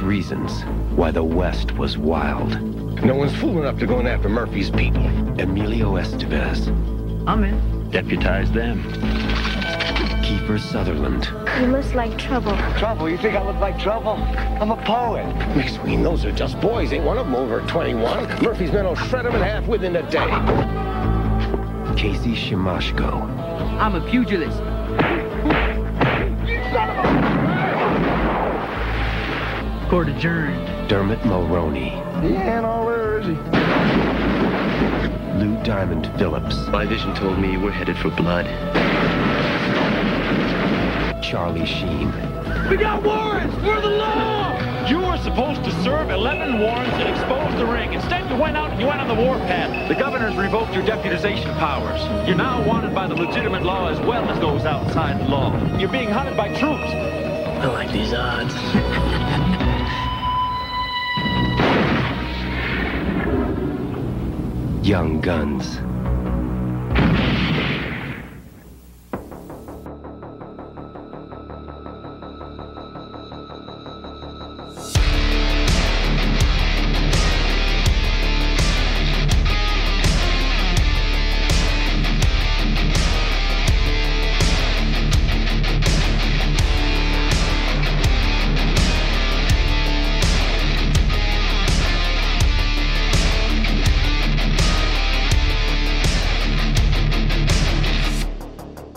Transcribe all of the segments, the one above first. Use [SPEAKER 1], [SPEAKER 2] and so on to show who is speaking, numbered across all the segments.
[SPEAKER 1] reasons why the West was wild.
[SPEAKER 2] No one's fool enough to go in after Murphy's people.
[SPEAKER 1] Emilio Estevez
[SPEAKER 3] I'm in.
[SPEAKER 1] deputized them. Kiefer Sutherland,
[SPEAKER 4] You looks like trouble.
[SPEAKER 2] Trouble? You think I look like trouble? I'm a poet. Between those are just boys. Ain't one of them over 21. Murphy's men will shred them in half within a day.
[SPEAKER 1] Casey Shimashko,
[SPEAKER 3] I'm a pugilist. Court adjourned.
[SPEAKER 1] Dermot Mulroney,
[SPEAKER 2] He ain't all there, is he?
[SPEAKER 1] Lou Diamond Phillips,
[SPEAKER 5] My vision told me we're headed for blood.
[SPEAKER 1] Charlie Sheen,
[SPEAKER 6] We got warrants! We're the law! You were supposed to serve 11 warrants and expose the ring. Instead, you went out and you went on the warpath. The governor's revoked your deputization powers. You're now wanted by the legitimate law as well as those outside the law. You're being hunted by troops.
[SPEAKER 5] I like these odds.
[SPEAKER 1] Young Guns.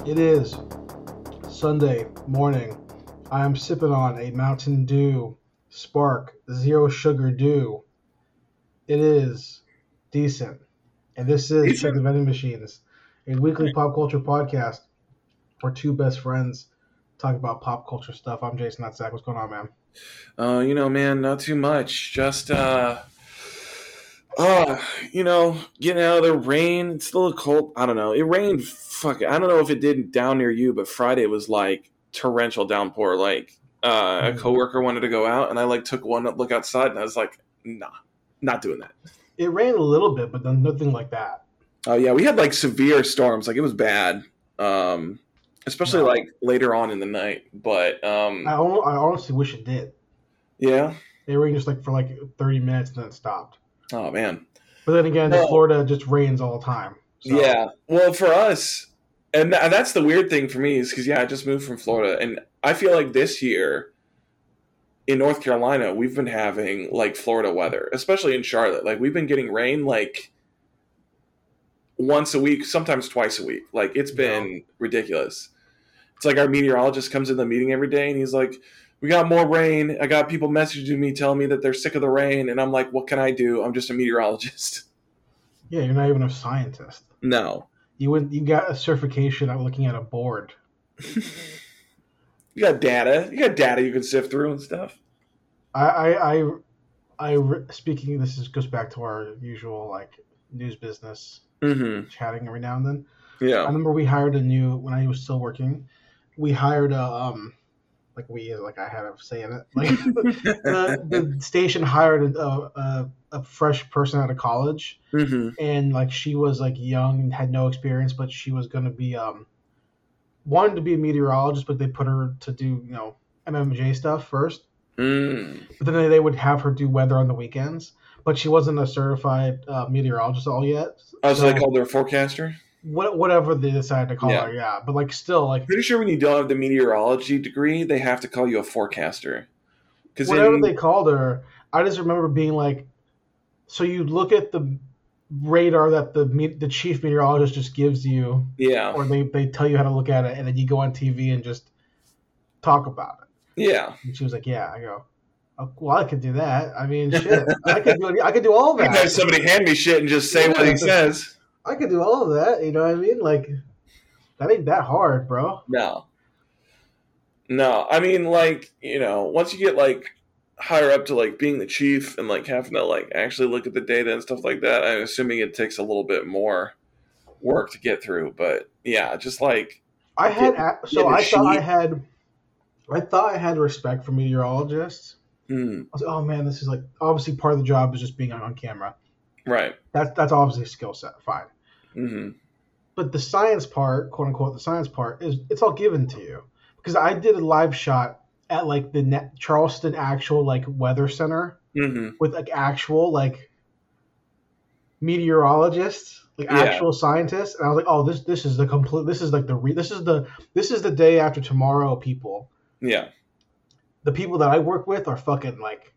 [SPEAKER 7] It is Sunday morning. I am sipping on a Mountain Dew Spark Zero Sugar Dew. It is decent. And this is Check the Vending Machines, a weekly pop culture podcast where two best friends talk about pop culture stuff. I'm Jason, not Zach. What's going on, man?
[SPEAKER 8] Uh, you know, man, not too much. Just uh, uh, you know, getting out of the rain. It's still a cold. I don't know. It rained. Fuck. I don't know if it did down near you, but Friday was like torrential downpour. Like uh, a coworker wanted to go out, and I like took one look outside, and I was like, nah, not doing that.
[SPEAKER 7] It rained a little bit, but then nothing like that.
[SPEAKER 8] Oh yeah, we had like severe storms. Like it was bad. Um, especially
[SPEAKER 7] Wow.
[SPEAKER 8] like later on in the night. But um,
[SPEAKER 7] I, hon- I honestly wish it did.
[SPEAKER 8] yeah.
[SPEAKER 7] It rained just like for like 30 minutes and then it stopped.
[SPEAKER 8] Oh man.
[SPEAKER 7] But then again,
[SPEAKER 8] No.
[SPEAKER 7] Florida just rains all the time. so-
[SPEAKER 8] Yeah. Well, for us, and tha- that's the weird thing for me is because yeah, I just moved from Florida, and I feel like this year in North Carolina we've been having like Florida weather, especially in Charlotte. Like we've been getting rain like once a week, sometimes twice a week. Like it's been ridiculous. It's like our meteorologist comes in the meeting every day, and he's like. We got more rain. I got people messaging me telling me that they're sick of the rain, and I'm like, "What can I do? I'm just a meteorologist."
[SPEAKER 7] Yeah, you're not even a scientist.
[SPEAKER 8] No,
[SPEAKER 7] You went, you got a certification out looking at a board.
[SPEAKER 8] You got data. You got data you can sift through and stuff.
[SPEAKER 7] I, I, I, I re- speaking. This is goes back to our usual like news business
[SPEAKER 8] Mm-hmm.
[SPEAKER 7] chatting every now and then. I
[SPEAKER 8] Yeah.
[SPEAKER 7] remember we hired a new when I was still working. We hired a um, like we like I had a say in it. Like the, the station hired a, a a fresh person out of college.
[SPEAKER 8] Mm-hmm.
[SPEAKER 7] and like she was like young and had no experience, but she was gonna be um wanted to be a meteorologist, but they put her to do you know MMJ stuff first.
[SPEAKER 8] Mm.
[SPEAKER 7] But then they would have her do weather on the weekends. But she wasn't a certified uh, meteorologist all yet.
[SPEAKER 8] I was
[SPEAKER 7] So,
[SPEAKER 8] like, oh, they're a forecaster.
[SPEAKER 7] what, whatever they decided to call
[SPEAKER 8] Yeah.
[SPEAKER 7] her, yeah. But like still like
[SPEAKER 8] Pretty sure when you don't have the meteorology degree, they have to call you a forecaster. Because
[SPEAKER 7] whatever they called her, I just remember being like, so you look at the radar that the me- the chief meteorologist just gives you
[SPEAKER 8] yeah,
[SPEAKER 7] or they, they tell you how to look at it and then you go on TV and just talk about it.
[SPEAKER 8] yeah.
[SPEAKER 7] And she was like, Yeah, I go, "Oh, Well, I could do that. I mean shit. I could do I could do all
[SPEAKER 8] You can have
[SPEAKER 7] that.
[SPEAKER 8] somebody hand me shit and just say what he says.
[SPEAKER 7] I could do all of that, you know what I mean? Like that ain't that hard, bro.
[SPEAKER 8] No. No, I mean, like you know, once you get like higher up to like being the chief and like having to like actually look at the data and stuff like that, I'm assuming it takes a little bit more work to get through. But yeah, just like
[SPEAKER 7] I had a- so
[SPEAKER 8] get a
[SPEAKER 7] I thought I
[SPEAKER 8] sheet.
[SPEAKER 7] had I thought I had respect for meteorologists.
[SPEAKER 8] hmm,
[SPEAKER 7] I was like, oh man, this is like obviously part of the job is just being on, on camera.
[SPEAKER 8] right,
[SPEAKER 7] That's that's obviously a skill set, fine.
[SPEAKER 8] hmm
[SPEAKER 7] but the science part, quote unquote, the science part is it's all given to you because I did a live shot at like the ne- Charleston actual like weather center
[SPEAKER 8] hmm
[SPEAKER 7] with like actual like meteorologists, like
[SPEAKER 8] Yeah.
[SPEAKER 7] actual scientists, and I was like, oh, this this is the complete. This is like the re- this is the this is the day after tomorrow, people.
[SPEAKER 8] Yeah.
[SPEAKER 7] the people that I work with are fucking like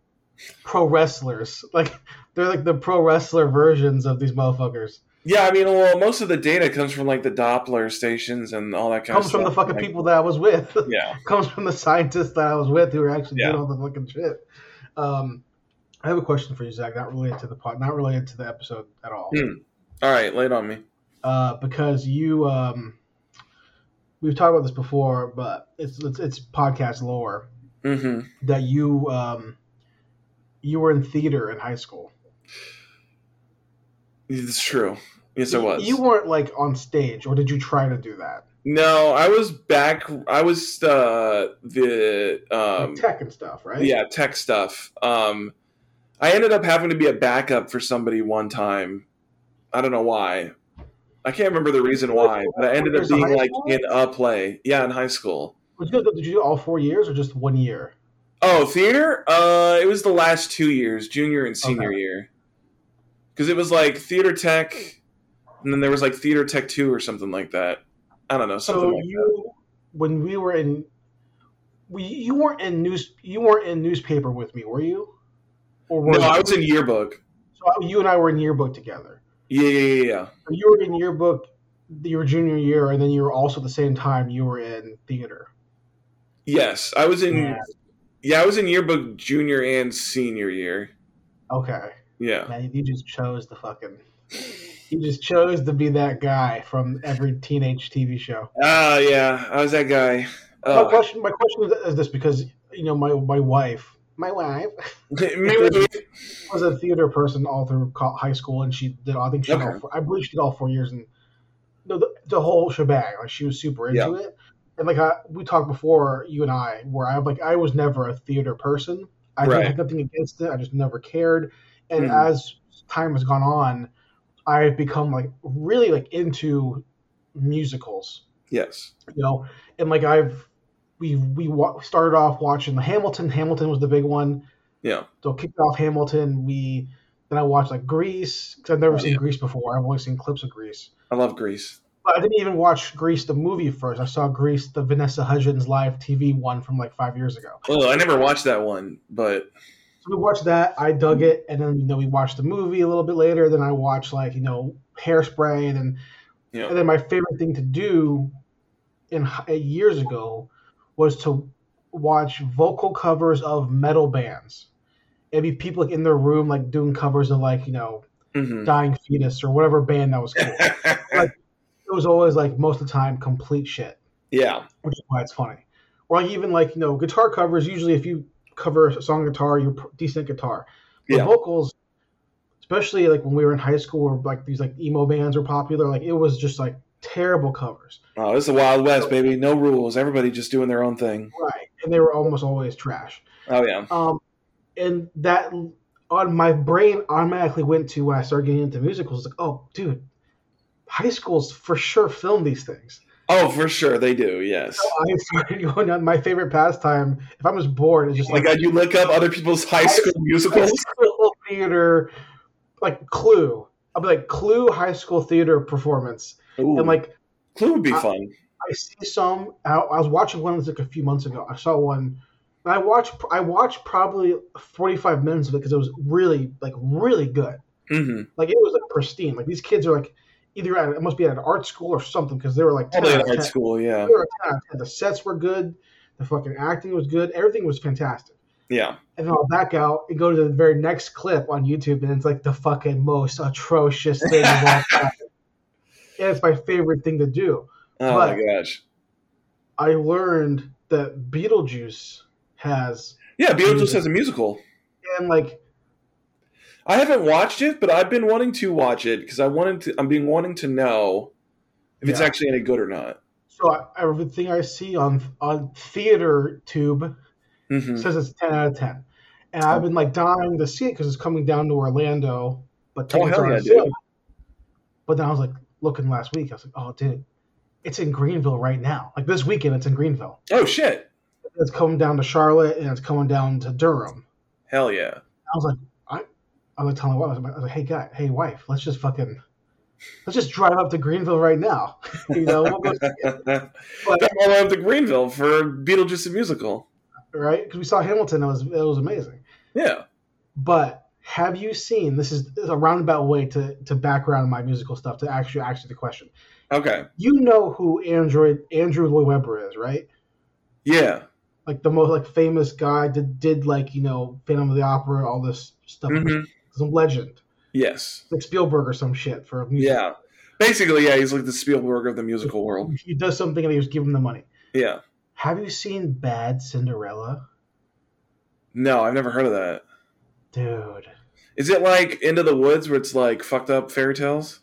[SPEAKER 7] pro wrestlers. Like they're like the pro wrestler versions of these motherfuckers.
[SPEAKER 8] Yeah, I mean, well, most of the data comes from like the Doppler stations and all that kind of
[SPEAKER 7] Comes
[SPEAKER 8] stuff.
[SPEAKER 7] from the fucking
[SPEAKER 8] Like,
[SPEAKER 7] people that I was with.
[SPEAKER 8] Yeah.
[SPEAKER 7] Comes from the scientists that I was with who were actually
[SPEAKER 8] Yeah.
[SPEAKER 7] doing all the fucking shit. Um, I have a question for you, Zach. Not related to the pod, not related to the episode at all.
[SPEAKER 8] Hmm. All right, lay it on me.
[SPEAKER 7] Uh, because you, um, we've talked about this before, but it's it's, it's podcast lore
[SPEAKER 8] hmm
[SPEAKER 7] that you um, you were in theater in high school.
[SPEAKER 8] It's true. Yes, it was.
[SPEAKER 7] You weren't like on stage, or did you try to do that?
[SPEAKER 8] no, I was back. I was uh, the
[SPEAKER 7] Like
[SPEAKER 8] um,
[SPEAKER 7] tech and stuff, right?
[SPEAKER 8] yeah tech stuff. Um, I ended up having to be a backup for somebody one time. I don't know why. I can't remember the reason why, but I ended up
[SPEAKER 7] There's a
[SPEAKER 8] being
[SPEAKER 7] high
[SPEAKER 8] like
[SPEAKER 7] school?
[SPEAKER 8] in a play. Yeah, in high school.
[SPEAKER 7] Did you, did you do all four years or just one year?
[SPEAKER 8] Oh, theater? Uh, it was the last two years, junior and senior year. Because it was like theater tech, and then there was like theater tech two or something like that. I don't know, something
[SPEAKER 7] So
[SPEAKER 8] like that.
[SPEAKER 7] you, when we were in, we, you weren't in news, you weren't in newspaper with me, were you? Or were
[SPEAKER 8] No,
[SPEAKER 7] you?
[SPEAKER 8] I was in yearbook.
[SPEAKER 7] so I- you and I were in yearbook together.
[SPEAKER 8] Yeah, yeah, yeah, yeah.
[SPEAKER 7] So you were in yearbook your junior year, and then you were also at the same time you were in theater.
[SPEAKER 8] Yes, I was in. Yeah.
[SPEAKER 7] Yeah.
[SPEAKER 8] I was in yearbook junior and senior year.
[SPEAKER 7] Okay,
[SPEAKER 8] Yeah,
[SPEAKER 7] man, you just chose the fucking. You just chose to be that guy from every teenage TV show.
[SPEAKER 8] ah, yeah, I was that guy.
[SPEAKER 7] my
[SPEAKER 8] Uh,
[SPEAKER 7] question, my question is- is this because you know my my wife, my wife was a theater person all through co- high school, and she did. I think she did all
[SPEAKER 8] Okay.
[SPEAKER 7] four, I believe she did all four years, and no, the, the whole shebang. Like she was super into it, and like I, we talked before, you and I, where I like I was never a theater person. I
[SPEAKER 8] Right.
[SPEAKER 7] had nothing against it. I just never cared, and
[SPEAKER 8] Mhm.
[SPEAKER 7] as time has gone on, I've become like really like into musicals
[SPEAKER 8] yes.
[SPEAKER 7] you know, and like I've we we wa- started off watching Hamilton. Hamilton was the big one.
[SPEAKER 8] Yeah.
[SPEAKER 7] So kicked off Hamilton. We then I watched like Grease because I've never
[SPEAKER 8] Oh,
[SPEAKER 7] seen
[SPEAKER 8] yeah.
[SPEAKER 7] Grease before. I've only seen clips of Grease.
[SPEAKER 8] I love Greece.
[SPEAKER 7] But I didn't even watch Grease the movie first. I saw Grease the Vanessa Hudgens live TV one from like five years ago.
[SPEAKER 8] Well, I never watched that one, but
[SPEAKER 7] So we watched that. I dug it, and then you know we watched the movie a little bit later. Then I watched like you know Hairspray, and then
[SPEAKER 8] Yeah.
[SPEAKER 7] and then my favorite thing to do in hi- years ago was to watch vocal covers of metal bands. It'd be people like, in their room like doing covers of like you know
[SPEAKER 8] mhm.
[SPEAKER 7] Dying Fetus or whatever band that was. Cool. it was always like most of the time complete shit
[SPEAKER 8] yeah,
[SPEAKER 7] which is why it's funny. Or like even like you know guitar covers. Usually, if you cover a song guitar, you're pr- decent guitar. But
[SPEAKER 8] Yeah.
[SPEAKER 7] vocals, especially like when we were in high school, where like these like emo bands were popular. Like it was just like terrible covers,
[SPEAKER 8] Oh, this is the Wild West, baby. No rules. Everybody just doing their own thing.
[SPEAKER 7] right? And they were almost always trash.
[SPEAKER 8] Oh yeah.
[SPEAKER 7] Um, and that on my brain automatically went to when I started getting into musicals. Like, oh, dude, high schools for sure film these things.
[SPEAKER 8] Oh, for sure they do. Yes.
[SPEAKER 7] I started going on my favorite pastime. If I'm just bored, it's just
[SPEAKER 8] Oh my
[SPEAKER 7] like
[SPEAKER 8] God, you look up other people's high school musicals.
[SPEAKER 7] school theater, like Clue. I'll be like Clue high school theater performance,
[SPEAKER 8] Ooh,
[SPEAKER 7] and like
[SPEAKER 8] Clue would be
[SPEAKER 7] I-
[SPEAKER 8] fun.
[SPEAKER 7] I see some. I, I was watching one like a few months ago. I saw one. And I watched. I watched probably 45 minutes of it because it was really like really good.
[SPEAKER 8] hmm
[SPEAKER 7] Like it was like pristine. Like these kids are like either at it must be at an art school or something because they were like 10
[SPEAKER 8] Probably
[SPEAKER 7] out
[SPEAKER 8] in
[SPEAKER 7] of
[SPEAKER 8] art
[SPEAKER 7] 10.
[SPEAKER 8] school. Yeah.
[SPEAKER 7] They were a 10 out of 10. The sets were good. The fucking acting was good. Everything was fantastic.
[SPEAKER 8] Yeah.
[SPEAKER 7] and then I'll back out and go to the very next clip on YouTube, and it's like the fucking most atrocious thing of all time. And it's my favorite thing to do.
[SPEAKER 8] Oh
[SPEAKER 7] But-
[SPEAKER 8] my gosh.
[SPEAKER 7] I learned that Beetlejuice has,
[SPEAKER 8] Yeah,
[SPEAKER 7] Mm-hmm.
[SPEAKER 8] Beetlejuice has a musical.
[SPEAKER 7] and like,
[SPEAKER 8] I haven't watched it, but I've been wanting to watch it because I wanted to. I'm being wanting to know if it's
[SPEAKER 7] Yeah.
[SPEAKER 8] actually any good or not.
[SPEAKER 7] so I, everything I see on on Theater Tube
[SPEAKER 8] hmm
[SPEAKER 7] says it's 10 out of 10. And I've been like dying to see it because it's coming down to Orlando. But
[SPEAKER 8] Oh
[SPEAKER 7] tickets
[SPEAKER 8] hell
[SPEAKER 7] are on
[SPEAKER 8] yeah,
[SPEAKER 7] sale.
[SPEAKER 8] dude.
[SPEAKER 7] But then I was like looking last week, I was like, oh, dude, it's in Greenville right now. Like this weekend, it's in Greenville.
[SPEAKER 8] Oh shit.
[SPEAKER 7] it's coming down to Charlotte and it's coming down to Durham.
[SPEAKER 8] Hell yeah.
[SPEAKER 7] I was like, I, I was like telling my wife, I was like, I was like, hey guy, hey wife, let's just fucking, let's just drive up to Greenville right now. you know, we'll go,
[SPEAKER 8] That all went up to Greenville for Beetlejuice the musical.
[SPEAKER 7] right? Because we saw Hamilton, it was it was amazing.
[SPEAKER 8] Yeah.
[SPEAKER 7] But have you seen? This is this is a roundabout way to to background my musical stuff to actually actually the question.
[SPEAKER 8] Okay.
[SPEAKER 7] You know who Android Andrew Lloyd Webber is, right?
[SPEAKER 8] Yeah.
[SPEAKER 7] like the most like famous guy that did like you know Phantom of the Opera, all this stuff,
[SPEAKER 8] Mhm.
[SPEAKER 7] some legend,
[SPEAKER 8] Yes.
[SPEAKER 7] like Spielberg or some shit for music.
[SPEAKER 8] Yeah. Basically, yeah, he's like the Spielberg of the musical world.
[SPEAKER 7] He does something and he was given the money.
[SPEAKER 8] Yeah.
[SPEAKER 7] Have you seen Bad Cinderella,
[SPEAKER 8] No, I've never heard of that.
[SPEAKER 7] dude?
[SPEAKER 8] Is it like Into the Woods where it's like fucked up fairy tales?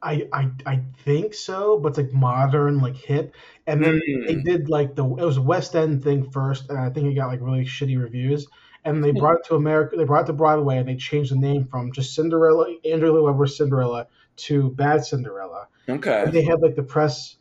[SPEAKER 7] I, I I think so, but it's like modern, like hip. And then they
[SPEAKER 8] Mm.
[SPEAKER 7] did like the it was a West End thing first, and I think it got like really shitty reviews. And they brought it to America. They brought it to Broadway, and they changed the name from just Cinderella, Andrew Lloyd Webber's Cinderella, to Bad Cinderella. And
[SPEAKER 8] Okay.
[SPEAKER 7] they had like the press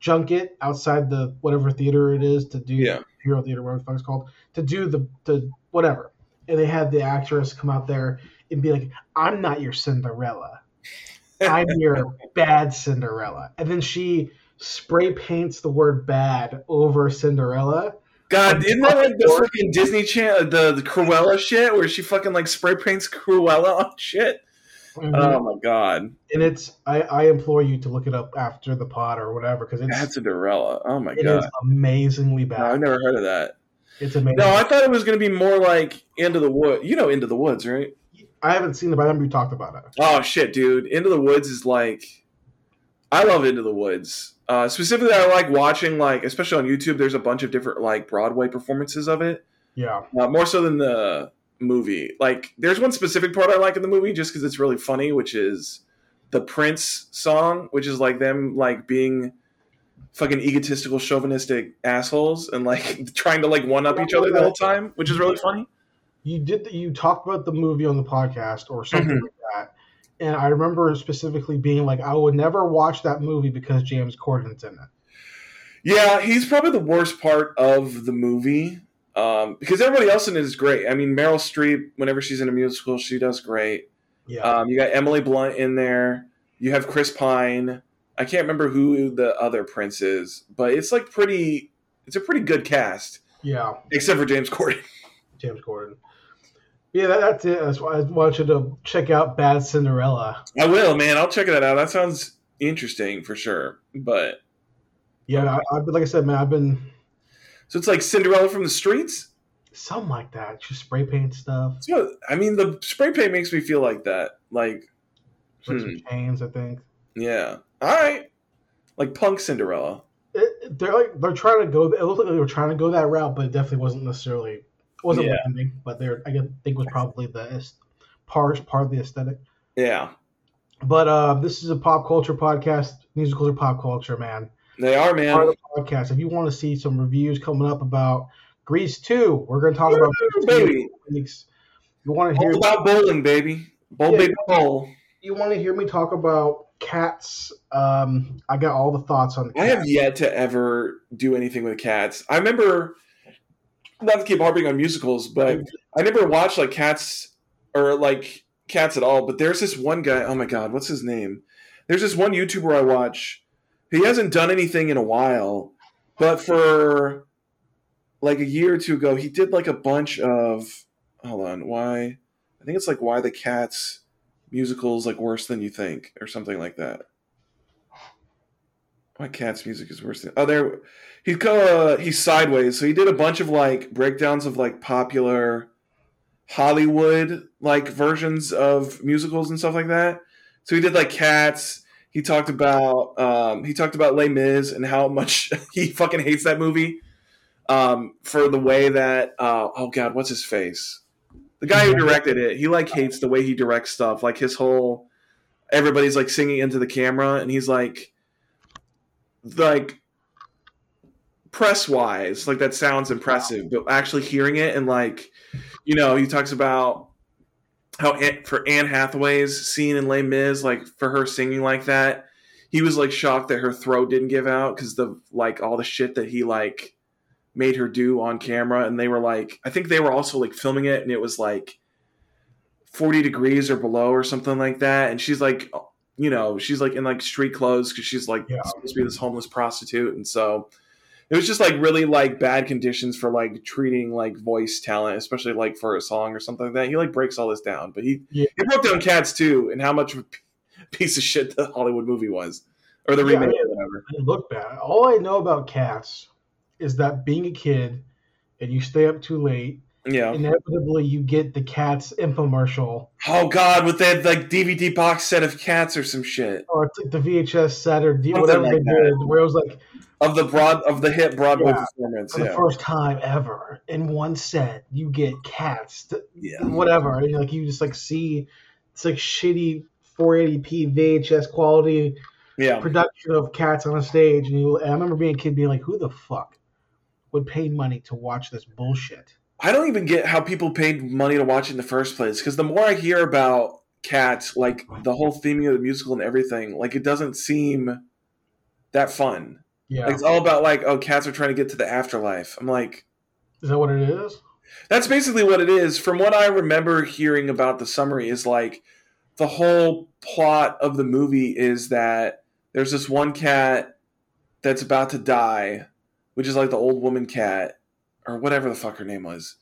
[SPEAKER 7] junket outside the whatever theater it is to do
[SPEAKER 8] Yeah.
[SPEAKER 7] Hero Theater, whatever the fuck it's called, to do the the whatever. And they had the actress come out there and be like, "I'm not your Cinderella, I'm your bad Cinderella." And then she spray paints the word "bad" over Cinderella.
[SPEAKER 8] God, isn't that like the freaking Disney channel, the, the Cruella shit where she fucking like spray paints Cruella on shit?
[SPEAKER 7] Mm-hmm.
[SPEAKER 8] Oh my god.
[SPEAKER 7] and it's I, I implore you to look it up after the pod or whatever because it's
[SPEAKER 8] That's a Cinderella. Oh my
[SPEAKER 7] it
[SPEAKER 8] god.
[SPEAKER 7] is amazingly
[SPEAKER 8] No, I've
[SPEAKER 7] bad.
[SPEAKER 8] never heard of that.
[SPEAKER 7] It's amazing.
[SPEAKER 8] No, I thought it was going to be more like Into the Woods. You know Into the Woods, right?
[SPEAKER 7] I haven't seen it, but I remember you talked about it.
[SPEAKER 8] Oh shit, dude! Into the Woods is like, I love Into the Woods. Uh, specifically, I like watching like, especially on YouTube. There's a bunch of different like Broadway performances of it,
[SPEAKER 7] Yeah,
[SPEAKER 8] uh, more so than the movie. Like, there's one specific part I like in the movie just because it's really funny, which is the Prince song, which is like them like being fucking egotistical, chauvinistic assholes and like trying to like one up each other the whole time, which is really funny.
[SPEAKER 7] you did the, you talked about the movie on the podcast or something like that and i remember specifically being like i would never watch that movie because james corden's in it
[SPEAKER 8] Yeah, he's probably the worst part of the movie um, because everybody else in it is great. I mean, Meryl Streep, whenever she's in a musical, she does great.
[SPEAKER 7] yeah
[SPEAKER 8] Um, you got Emily Blunt in there. You have Chris Pine. I can't remember who the other prince is, but it's like pretty. It's a pretty good cast,
[SPEAKER 7] yeah
[SPEAKER 8] except for James Corden.
[SPEAKER 7] james corden yeah that, that's it that's why i want you to check out bad cinderella
[SPEAKER 8] I will, man. I'll check that out. That sounds interesting for sure. But
[SPEAKER 7] yeah I, i've been like i said man i've been
[SPEAKER 8] so it's like Cinderella from the streets.
[SPEAKER 7] something like that just spray paint stuff
[SPEAKER 8] So, I mean, the spray paint makes me feel like that. Like
[SPEAKER 7] like some chains i think
[SPEAKER 8] Yeah. All right. Like punk Cinderella.
[SPEAKER 7] it, they're like they're trying to go. It looked like they were trying to go that route, but it definitely wasn't necessarily it wasn't
[SPEAKER 8] Yeah.
[SPEAKER 7] landing. But they're I guess- think was probably the est- part part of the aesthetic.
[SPEAKER 8] Yeah.
[SPEAKER 7] But uh, this is a pop culture podcast. Musicals are pop culture, man.
[SPEAKER 8] They are,
[SPEAKER 7] Part of
[SPEAKER 8] man.
[SPEAKER 7] the podcast. If you want to see some reviews coming up about Grease two, we're going to talk about
[SPEAKER 8] Woo,
[SPEAKER 7] Grease 2
[SPEAKER 8] baby. Oh,
[SPEAKER 7] in weeks. You want to hear
[SPEAKER 8] All about bowling, baby. Bowl,
[SPEAKER 7] Yeah.
[SPEAKER 8] baby, bowl.
[SPEAKER 7] you want to hear me talk about cats? Um, I got all the thoughts on. The
[SPEAKER 8] I have
[SPEAKER 7] Cats.
[SPEAKER 8] yet to ever do anything with cats. I remember, not to keep harping on musicals, but I never watched like cats or like cats at all. But there's this one guy. Oh my god, what's his name? There's this one YouTuber I watch. He hasn't done anything in a while, but for like a year or two ago, he did like a bunch of. Hold on, why? I think it's like why the cats musicals like worse than you think or something like that. My cat's music is worse than oh there he uh, he's sideways so he did a bunch of like breakdowns of like popular Hollywood like versions of musicals and stuff like that. So he did like Cats. He talked about um, he talked about Les Mis and how much he fucking hates that movie um, for the way that uh, oh god what's his face the guy who directed it he like hates the way he directs stuff like his whole everybody's like singing into the camera and he's like like press wise like that sounds impressive but actually hearing it and like you know he talks about how Ann- for Anne Hathaway's scene in Les Mis like for her singing like that he was like shocked that her throat didn't give out cuz the like all the shit that he like made her do on camera and they were like I think they were also like filming it and it was like 40 degrees or below or something like that and she's like uh, you know she's like in like street clothes cuz she's like
[SPEAKER 7] Yeah.
[SPEAKER 8] supposed to be this homeless prostitute and so it was just like really like bad conditions for like treating like voice talent especially like for a song or something like that he like breaks all this down but he
[SPEAKER 7] Yeah.
[SPEAKER 8] he broke down cats too and how much of a p- piece of shit the hollywood movie was or the
[SPEAKER 7] Yeah,
[SPEAKER 8] remake
[SPEAKER 7] yeah.
[SPEAKER 8] or whatever
[SPEAKER 7] I look bad. All I know about cats is that being a kid and you stay up too late,
[SPEAKER 8] yeah
[SPEAKER 7] inevitably you get the cats infomercial
[SPEAKER 8] oh god with that like dvd box set of cats or some shit
[SPEAKER 7] or it's like the VHS set or D-
[SPEAKER 8] Something
[SPEAKER 7] whatever
[SPEAKER 8] like
[SPEAKER 7] they
[SPEAKER 8] that.
[SPEAKER 7] did, where it was like
[SPEAKER 8] of the broad of the hit broadway
[SPEAKER 7] Yeah.
[SPEAKER 8] performance
[SPEAKER 7] for the
[SPEAKER 8] yeah
[SPEAKER 7] first time ever in one set you get cats, to,
[SPEAKER 8] yeah
[SPEAKER 7] whatever, and like you just like see it's like shitty 480p VHS quality
[SPEAKER 8] yeah
[SPEAKER 7] production of cats on a stage, and you. And I remember being a kid being like, who the fuck would pay money to watch this bullshit?
[SPEAKER 8] I don't even get how people paid money to watch it in the first place. Because the more I hear about Cats, like the whole theming of the musical and everything, like it doesn't seem that fun.
[SPEAKER 7] Yeah,
[SPEAKER 8] Like, it's all about like, oh, cats are trying to get to the afterlife. I'm like,
[SPEAKER 7] is that what it is?
[SPEAKER 8] that's basically what it is. From what I remember hearing about the summary, is like the whole plot of the movie is that there's this one cat that's about to die, which is like the old woman cat or whatever the fuck her name was.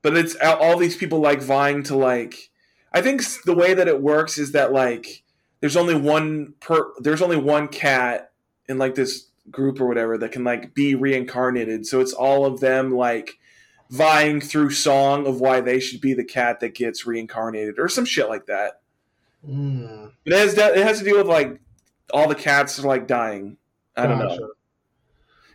[SPEAKER 8] But it's all all these people like vying to like. I think s- the way that it works is that like there's only one per there's only one cat in like this group or whatever that can like be reincarnated. So it's all of them like vying through song of why they should be the cat that gets reincarnated or some shit like that.
[SPEAKER 7] Mm,
[SPEAKER 8] But it has that, it has to do with like all the cats are like dying. I don't know.
[SPEAKER 7] gotcha.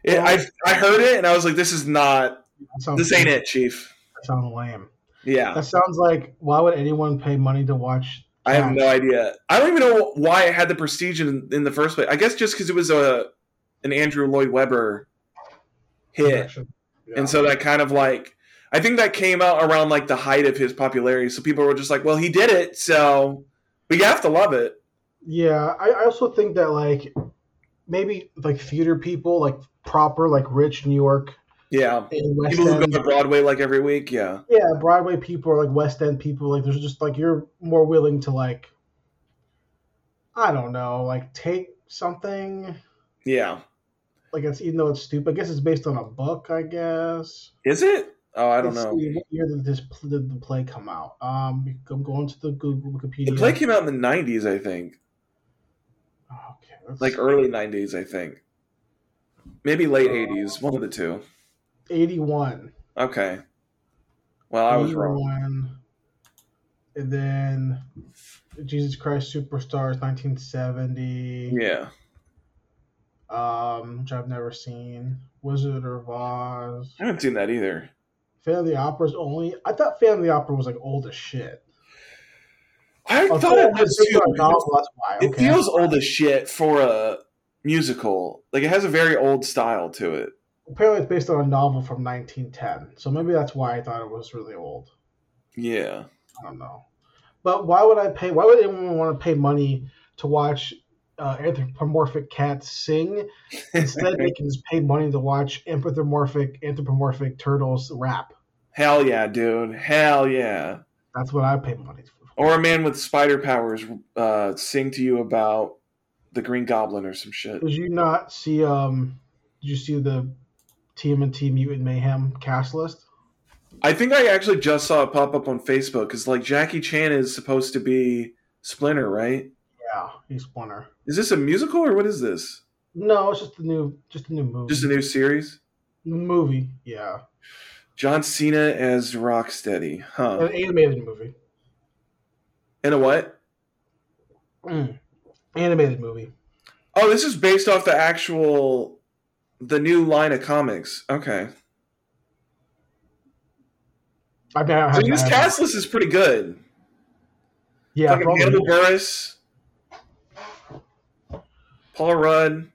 [SPEAKER 8] It, I I heard it and I was like, this is not
[SPEAKER 7] That sounds,
[SPEAKER 8] this ain't it, Chief.
[SPEAKER 7] That sounds lame.
[SPEAKER 8] Yeah,
[SPEAKER 7] That sounds like why would anyone pay money to watch?
[SPEAKER 8] I have
[SPEAKER 7] cats?
[SPEAKER 8] no idea. I don't even know why it had the prestige in, in the first place. I guess just because it was a an Andrew Lloyd Webber hit.
[SPEAKER 7] Production. Yeah.
[SPEAKER 8] And so that kind of like I think that came out around like the height of his popularity. So people were just like, well, he did it, so we have to love it.
[SPEAKER 7] Yeah, I, I also think that like maybe like theater people, like proper, like rich New York
[SPEAKER 8] Yeah.
[SPEAKER 7] and West
[SPEAKER 8] People who go
[SPEAKER 7] End.
[SPEAKER 8] to Broadway like every week, yeah.
[SPEAKER 7] yeah, Broadway people or like West End people, like there's just like you're more willing to like I don't know, like take something.
[SPEAKER 8] Yeah.
[SPEAKER 7] Like it's even though it's stupid, I guess it's based on a book. I guess
[SPEAKER 8] Is it? Oh, I don't
[SPEAKER 7] Let's
[SPEAKER 8] know.
[SPEAKER 7] see, what year did this pl- did the play come out? Um, I'm going to the Google Wikipedia.
[SPEAKER 8] The play came out in the nineties, I think.
[SPEAKER 7] okay, let's
[SPEAKER 8] Like
[SPEAKER 7] see.
[SPEAKER 8] early nineties, I think. Maybe late eighties, one of the two.
[SPEAKER 7] 81.
[SPEAKER 8] Okay. Well, I was wrong.
[SPEAKER 7] 81. And then Jesus Christ Superstars 1970.
[SPEAKER 8] Yeah.
[SPEAKER 7] Um, which I've never seen. Wizard of Oz.
[SPEAKER 8] I haven't seen that either.
[SPEAKER 7] Fan of the Opera's only. I thought Fan of the Opera was like old as shit.
[SPEAKER 8] I
[SPEAKER 7] Oh,
[SPEAKER 8] thought it
[SPEAKER 7] it's
[SPEAKER 8] was
[SPEAKER 7] based
[SPEAKER 8] too.
[SPEAKER 7] on a novel, that's why.
[SPEAKER 8] It
[SPEAKER 7] okay.
[SPEAKER 8] feels old as shit for a musical. Like it has a very old style to it.
[SPEAKER 7] Apparently, it's based on a novel from 1910. So maybe that's why I thought it was really old.
[SPEAKER 8] Yeah.
[SPEAKER 7] I don't know. But why would I pay? Why would anyone want to pay money to watch uh, anthropomorphic cats sing? Instead, they can just pay money to watch anthropomorphic anthropomorphic turtles rap.
[SPEAKER 8] Hell yeah, dude. Hell yeah.
[SPEAKER 7] That's what I pay money for.
[SPEAKER 8] Or a man with spider powers uh, sing to you about the Green Goblin or some shit.
[SPEAKER 7] Did you not see? Um, did you see the TMNT Mutant Mayhem cast list?
[SPEAKER 8] I think I actually just saw it pop up on Facebook because like Jackie Chan is supposed to be Splinter, right?
[SPEAKER 7] Yeah, he's Splinter.
[SPEAKER 8] Is this a musical or what is this?
[SPEAKER 7] No, it's just a new, just a new movie.
[SPEAKER 8] Just a new series?
[SPEAKER 7] movie, yeah,
[SPEAKER 8] John Cena as Rocksteady, huh?
[SPEAKER 7] an animated movie,
[SPEAKER 8] And a what?
[SPEAKER 7] Mm. animated movie.
[SPEAKER 8] Oh, this is based off the actual, the new line of comics. Okay,
[SPEAKER 7] I mean, I don't
[SPEAKER 8] so
[SPEAKER 7] have-
[SPEAKER 8] this
[SPEAKER 7] I have-
[SPEAKER 8] cast list is pretty good.
[SPEAKER 7] yeah,
[SPEAKER 8] Fucking
[SPEAKER 7] for all the-
[SPEAKER 8] Hannibal Buress, Paul Rudd.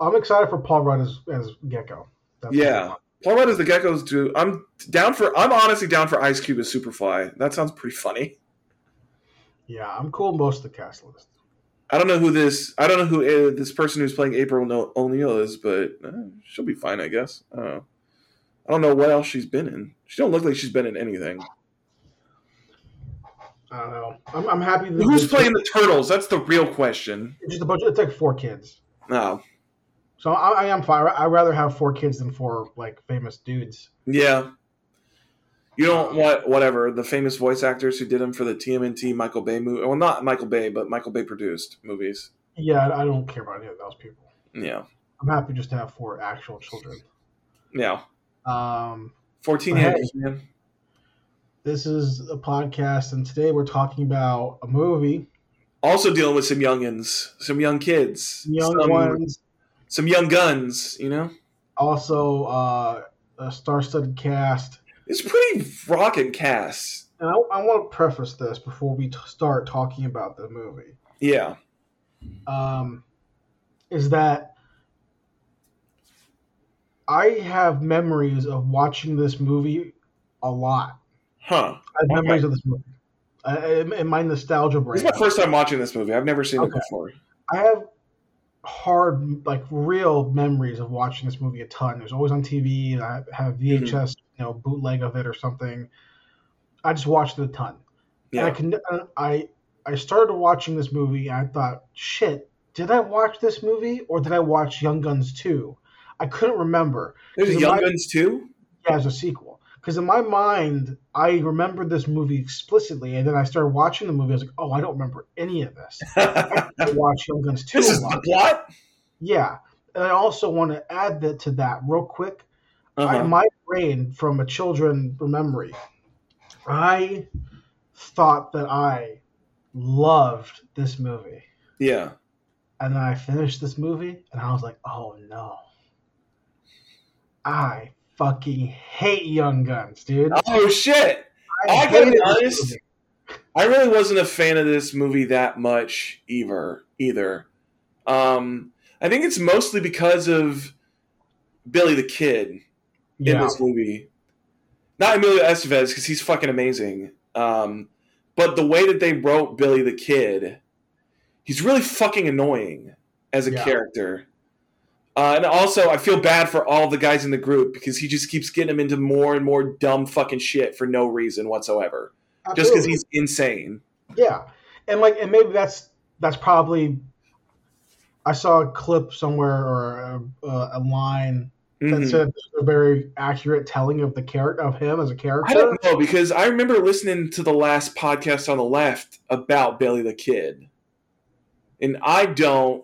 [SPEAKER 7] I'm excited for Paul Rudd as, as Gecko. That's
[SPEAKER 8] Yeah.
[SPEAKER 7] what
[SPEAKER 8] Paul Rudd is the Geckos do. I'm down for. I'm honestly down for Ice Cube as Superfly. That sounds pretty funny.
[SPEAKER 7] I want. yeah. I'm cool with most of the cast list.
[SPEAKER 8] I don't know who this. I don't know who uh, this person who's playing April no- O'Neil is, but uh, she'll be fine, I guess. I don't know. I don't know what else she's been in. She don't look like she's been in anything.
[SPEAKER 7] I don't know. I'm, I'm happy. That
[SPEAKER 8] Who's
[SPEAKER 7] it's
[SPEAKER 8] playing the turtles? That's the real question.
[SPEAKER 7] Just a bunch. Of, it's like four kids.
[SPEAKER 8] Oh,
[SPEAKER 7] So I, I am fine. I would rather have four kids than four like famous dudes.
[SPEAKER 8] yeah. You don't want whatever the famous voice actors who did them for the TMNT Michael Bay movie. Well, not Michael Bay, but Michael Bay produced movies.
[SPEAKER 7] Yeah, I I don't care about any of those people.
[SPEAKER 8] Yeah,
[SPEAKER 7] I'm happy just to have four actual children.
[SPEAKER 8] yeah.
[SPEAKER 7] Um,
[SPEAKER 8] Fourteen
[SPEAKER 7] Hey.
[SPEAKER 8] years, man.
[SPEAKER 7] this is a podcast, and today we're talking about a movie,
[SPEAKER 8] Also dealing with some youngins, some young kids,
[SPEAKER 7] Young
[SPEAKER 8] some,
[SPEAKER 7] Ones,
[SPEAKER 8] some young guns. You know.
[SPEAKER 7] also uh, a star-studded cast.
[SPEAKER 8] It's pretty rockin' cast.
[SPEAKER 7] And I, I want to preface this before we t- start talking about the movie.
[SPEAKER 8] Yeah.
[SPEAKER 7] um, is that I have memories of watching this movie a lot.
[SPEAKER 8] Huh.
[SPEAKER 7] I have
[SPEAKER 8] Okay.
[SPEAKER 7] memories of this movie. I, I- in my nostalgia
[SPEAKER 8] This
[SPEAKER 7] brain,
[SPEAKER 8] is my first time watching this movie. I've never seen
[SPEAKER 7] Okay.
[SPEAKER 8] it before.
[SPEAKER 7] I have hard, like real memories of watching this movie a ton. It was always on TV, and I have VHS,
[SPEAKER 8] Mm-hmm.
[SPEAKER 7] you know, bootleg of it or something. I just watched it a ton.
[SPEAKER 8] Yeah.
[SPEAKER 7] And I can and I I started watching this movie and I thought, shit, did I watch this movie or did I watch Young Guns 2? I couldn't remember.
[SPEAKER 8] There's
[SPEAKER 7] Is
[SPEAKER 8] a
[SPEAKER 7] it
[SPEAKER 8] Young
[SPEAKER 7] my-
[SPEAKER 8] Guns too?
[SPEAKER 7] Yeah, as a sequel. Because in my mind, I remembered this movie explicitly, and then I started watching the movie. I was like, "Oh, I don't remember any of this." I watched Young Guns two
[SPEAKER 8] this
[SPEAKER 7] a
[SPEAKER 8] is the
[SPEAKER 7] lot.
[SPEAKER 8] plot?
[SPEAKER 7] Yeah, and I also want to add that to that real quick. I,
[SPEAKER 8] Uh-huh.
[SPEAKER 7] my brain from a children memory, I thought that I loved this movie.
[SPEAKER 8] Yeah.
[SPEAKER 7] And then I finished this movie and I was like, oh no. I fucking hate Young Guns, dude.
[SPEAKER 8] Oh shit. I gotta
[SPEAKER 7] hated
[SPEAKER 8] be
[SPEAKER 7] this
[SPEAKER 8] honest,
[SPEAKER 7] movie.
[SPEAKER 8] I really wasn't a fan of this movie that much either. Either, um, I think it's mostly because of Billy the Kid in
[SPEAKER 7] Yeah.
[SPEAKER 8] this movie. Not Emilio Estevez because he's fucking amazing, um, but the way that they wrote Billy the Kid, he's really fucking annoying as a
[SPEAKER 7] Yeah.
[SPEAKER 8] character. Uh, and also, I feel bad for all the guys in the group because he just keeps getting them into more and more dumb fucking shit for no reason whatsoever just because
[SPEAKER 7] Absolutely.
[SPEAKER 8] he's insane.
[SPEAKER 7] Yeah, and like, and maybe that's that's probably. I saw a clip somewhere or a, a, a line that
[SPEAKER 8] Mhm.
[SPEAKER 7] said this is a very accurate telling of the character of him as a character.
[SPEAKER 8] I don't know because I remember listening to the last podcast on the left about Billy the Kid, and I don't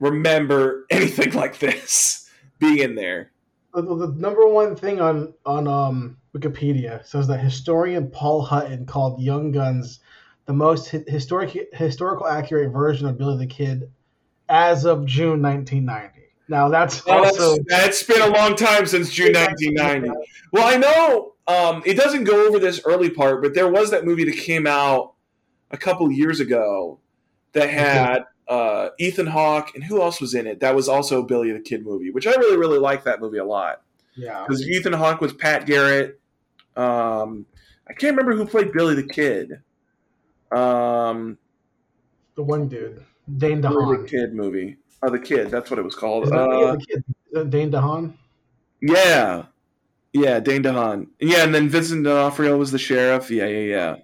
[SPEAKER 8] remember anything like this being in there.
[SPEAKER 7] the, the- the number one thing on on um, Wikipedia says that historian Paul Hutton called Young Guns the most hi- historic historical accurate version of Billy the Kid as of June 1990. Now that's
[SPEAKER 8] Well, that's-
[SPEAKER 7] also
[SPEAKER 8] that's been a long time since June 1990. Well, I know um, it doesn't go over this early part, but there was that movie that came out a couple years ago that had uh, Ethan Hawke and who else was in it? That was also a Billy the Kid movie, which I really, really liked that movie a lot
[SPEAKER 7] yeah.
[SPEAKER 8] because Ethan Hawke was Pat Garrett. Um, I can't remember who played Billy the Kid. Um,
[SPEAKER 7] The one dude, Dane
[SPEAKER 8] Billy the
[SPEAKER 7] DeHaan.
[SPEAKER 8] Kid movie. Oh, the Kid. That's what it was called.
[SPEAKER 7] Is that
[SPEAKER 8] Uh,
[SPEAKER 7] yeah, the kid? Uh, Dane DeHaan.
[SPEAKER 8] Yeah. Yeah, Dane DeHaan. Yeah, and then Vincent D'Onofrio was the sheriff. Yeah, yeah, yeah.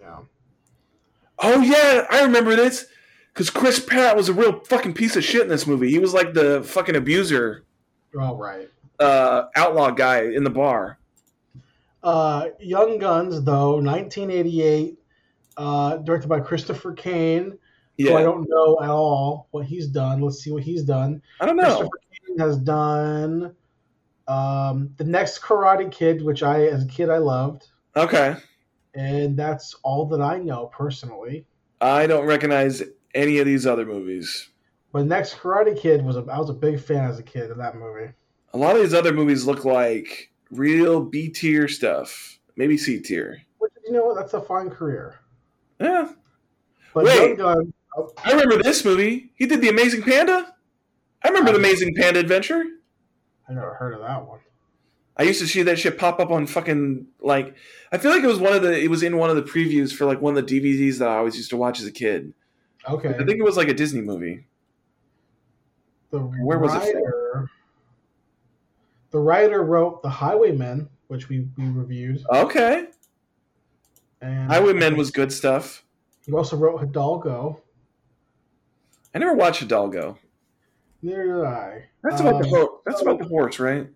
[SPEAKER 7] Yeah.
[SPEAKER 8] Oh, yeah, I remember this. Because Chris Pratt was a real fucking piece of shit in this movie. He was like the fucking abuser,
[SPEAKER 7] You're all right.
[SPEAKER 8] uh, outlaw guy in the bar.
[SPEAKER 7] Uh, Young Guns, though, 1988, uh, directed by Christopher Kane.
[SPEAKER 8] Yeah.
[SPEAKER 7] Who
[SPEAKER 8] I
[SPEAKER 7] I
[SPEAKER 8] don't,
[SPEAKER 7] don't know at all what he's done. Let's see what he's done.
[SPEAKER 8] know.
[SPEAKER 7] Christopher Kane has done um, the next Karate Kid, which I, as a kid, I loved,
[SPEAKER 8] Okay.
[SPEAKER 7] and that's all that I know personally.
[SPEAKER 8] I don't recognize any of these other movies.
[SPEAKER 7] But next Karate Kid was a, I was a big fan as a kid of that movie.
[SPEAKER 8] A lot of these other movies look like real B tier stuff, maybe C tier.
[SPEAKER 7] Which you know what, that's a fine career.
[SPEAKER 8] Yeah.
[SPEAKER 7] But
[SPEAKER 8] Wait.
[SPEAKER 7] Young oh, Gun,
[SPEAKER 8] Eh, I remember this movie. He did The Amazing Panda. I remember The Amazing Panda Adventure.
[SPEAKER 7] I never heard of that one.
[SPEAKER 8] I used to see that shit pop up on fucking like I feel like it was one of the it was in one of the previews for like one of the DVDs that I always used to watch as a kid.
[SPEAKER 7] Okay.
[SPEAKER 8] I think it was like a Disney movie.
[SPEAKER 7] the
[SPEAKER 8] where was it from?
[SPEAKER 7] writer, the writer wrote The Highwaymen, which we, we reviewed.
[SPEAKER 8] Okay,
[SPEAKER 7] And
[SPEAKER 8] Highwaymen was good stuff.
[SPEAKER 7] He also wrote Hidalgo.
[SPEAKER 8] I never watched Hidalgo.
[SPEAKER 7] Neither did I.
[SPEAKER 8] That's about the
[SPEAKER 7] Um,
[SPEAKER 8] ho- that's about the horse, right?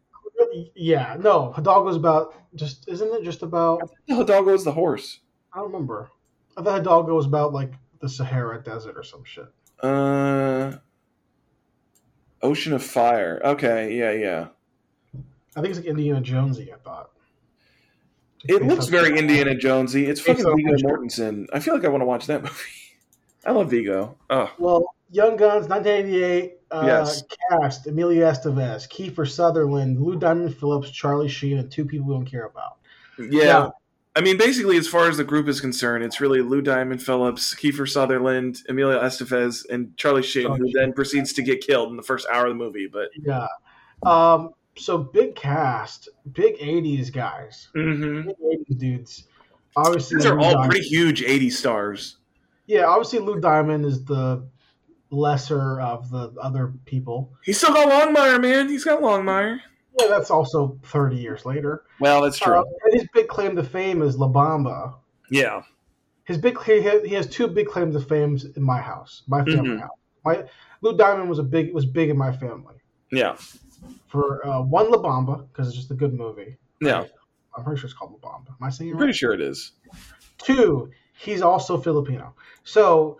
[SPEAKER 7] Yeah, no, Hidalgo's about just isn't it just about
[SPEAKER 8] Hidalgo is the horse.
[SPEAKER 7] I don't remember. I thought Hidalgo was about like the Sahara Desert or some shit.
[SPEAKER 8] Uh, Ocean of Fire. Okay, yeah, yeah.
[SPEAKER 7] I think it's like Indiana Jonesy. I thought.
[SPEAKER 8] It
[SPEAKER 7] Based
[SPEAKER 8] looks
[SPEAKER 7] on-
[SPEAKER 8] very Indiana Jonesy. It's
[SPEAKER 7] Based
[SPEAKER 8] fucking
[SPEAKER 7] on-
[SPEAKER 8] Vigo Mortensen. I feel like I want to watch that movie. I love Vigo. Oh,
[SPEAKER 7] Well, Young Guns, 1988. Uh,
[SPEAKER 8] Yes.
[SPEAKER 7] Cast: Emilio Estevez, Kiefer Sutherland, Lou Diamond Phillips, Charlie Sheen, and two people we don't care about.
[SPEAKER 8] yeah.
[SPEAKER 7] Yeah.
[SPEAKER 8] I mean, basically, as far as the group is concerned, it's really Lou Diamond Phillips, Kiefer Sutherland, Emilio Estevez, and Charlie Sheen,
[SPEAKER 7] Charlie
[SPEAKER 8] who then proceeds to get killed in the first hour of the movie. But
[SPEAKER 7] Yeah. Um. So big cast, big 80s guys,
[SPEAKER 8] Mhm.
[SPEAKER 7] big 80s dudes. Obviously,
[SPEAKER 8] these are
[SPEAKER 7] Mm-hmm. Lou
[SPEAKER 8] all
[SPEAKER 7] Diamond-
[SPEAKER 8] pretty huge 80 stars.
[SPEAKER 7] Yeah, obviously Lou Diamond is the lesser of the other people.
[SPEAKER 8] He's still got Longmire, man. He's got Longmire.
[SPEAKER 7] Yeah, that's also 30 years later.
[SPEAKER 8] Well, that's true.
[SPEAKER 7] Uh, and his big claim to fame is La Bamba.
[SPEAKER 8] yeah.
[SPEAKER 7] His big he has, he has two big claims to fame in my house, my family
[SPEAKER 8] Mhm.
[SPEAKER 7] house. My Lou Diamond was a big was big in my family
[SPEAKER 8] Yeah.
[SPEAKER 7] for uh, one La Bamba because it's just a good movie.
[SPEAKER 8] Yeah.
[SPEAKER 7] I'm pretty sure it's called La Bamba. Am I saying it
[SPEAKER 8] I'm
[SPEAKER 7] right?
[SPEAKER 8] pretty sure it is.
[SPEAKER 7] Two, he's also Filipino. So,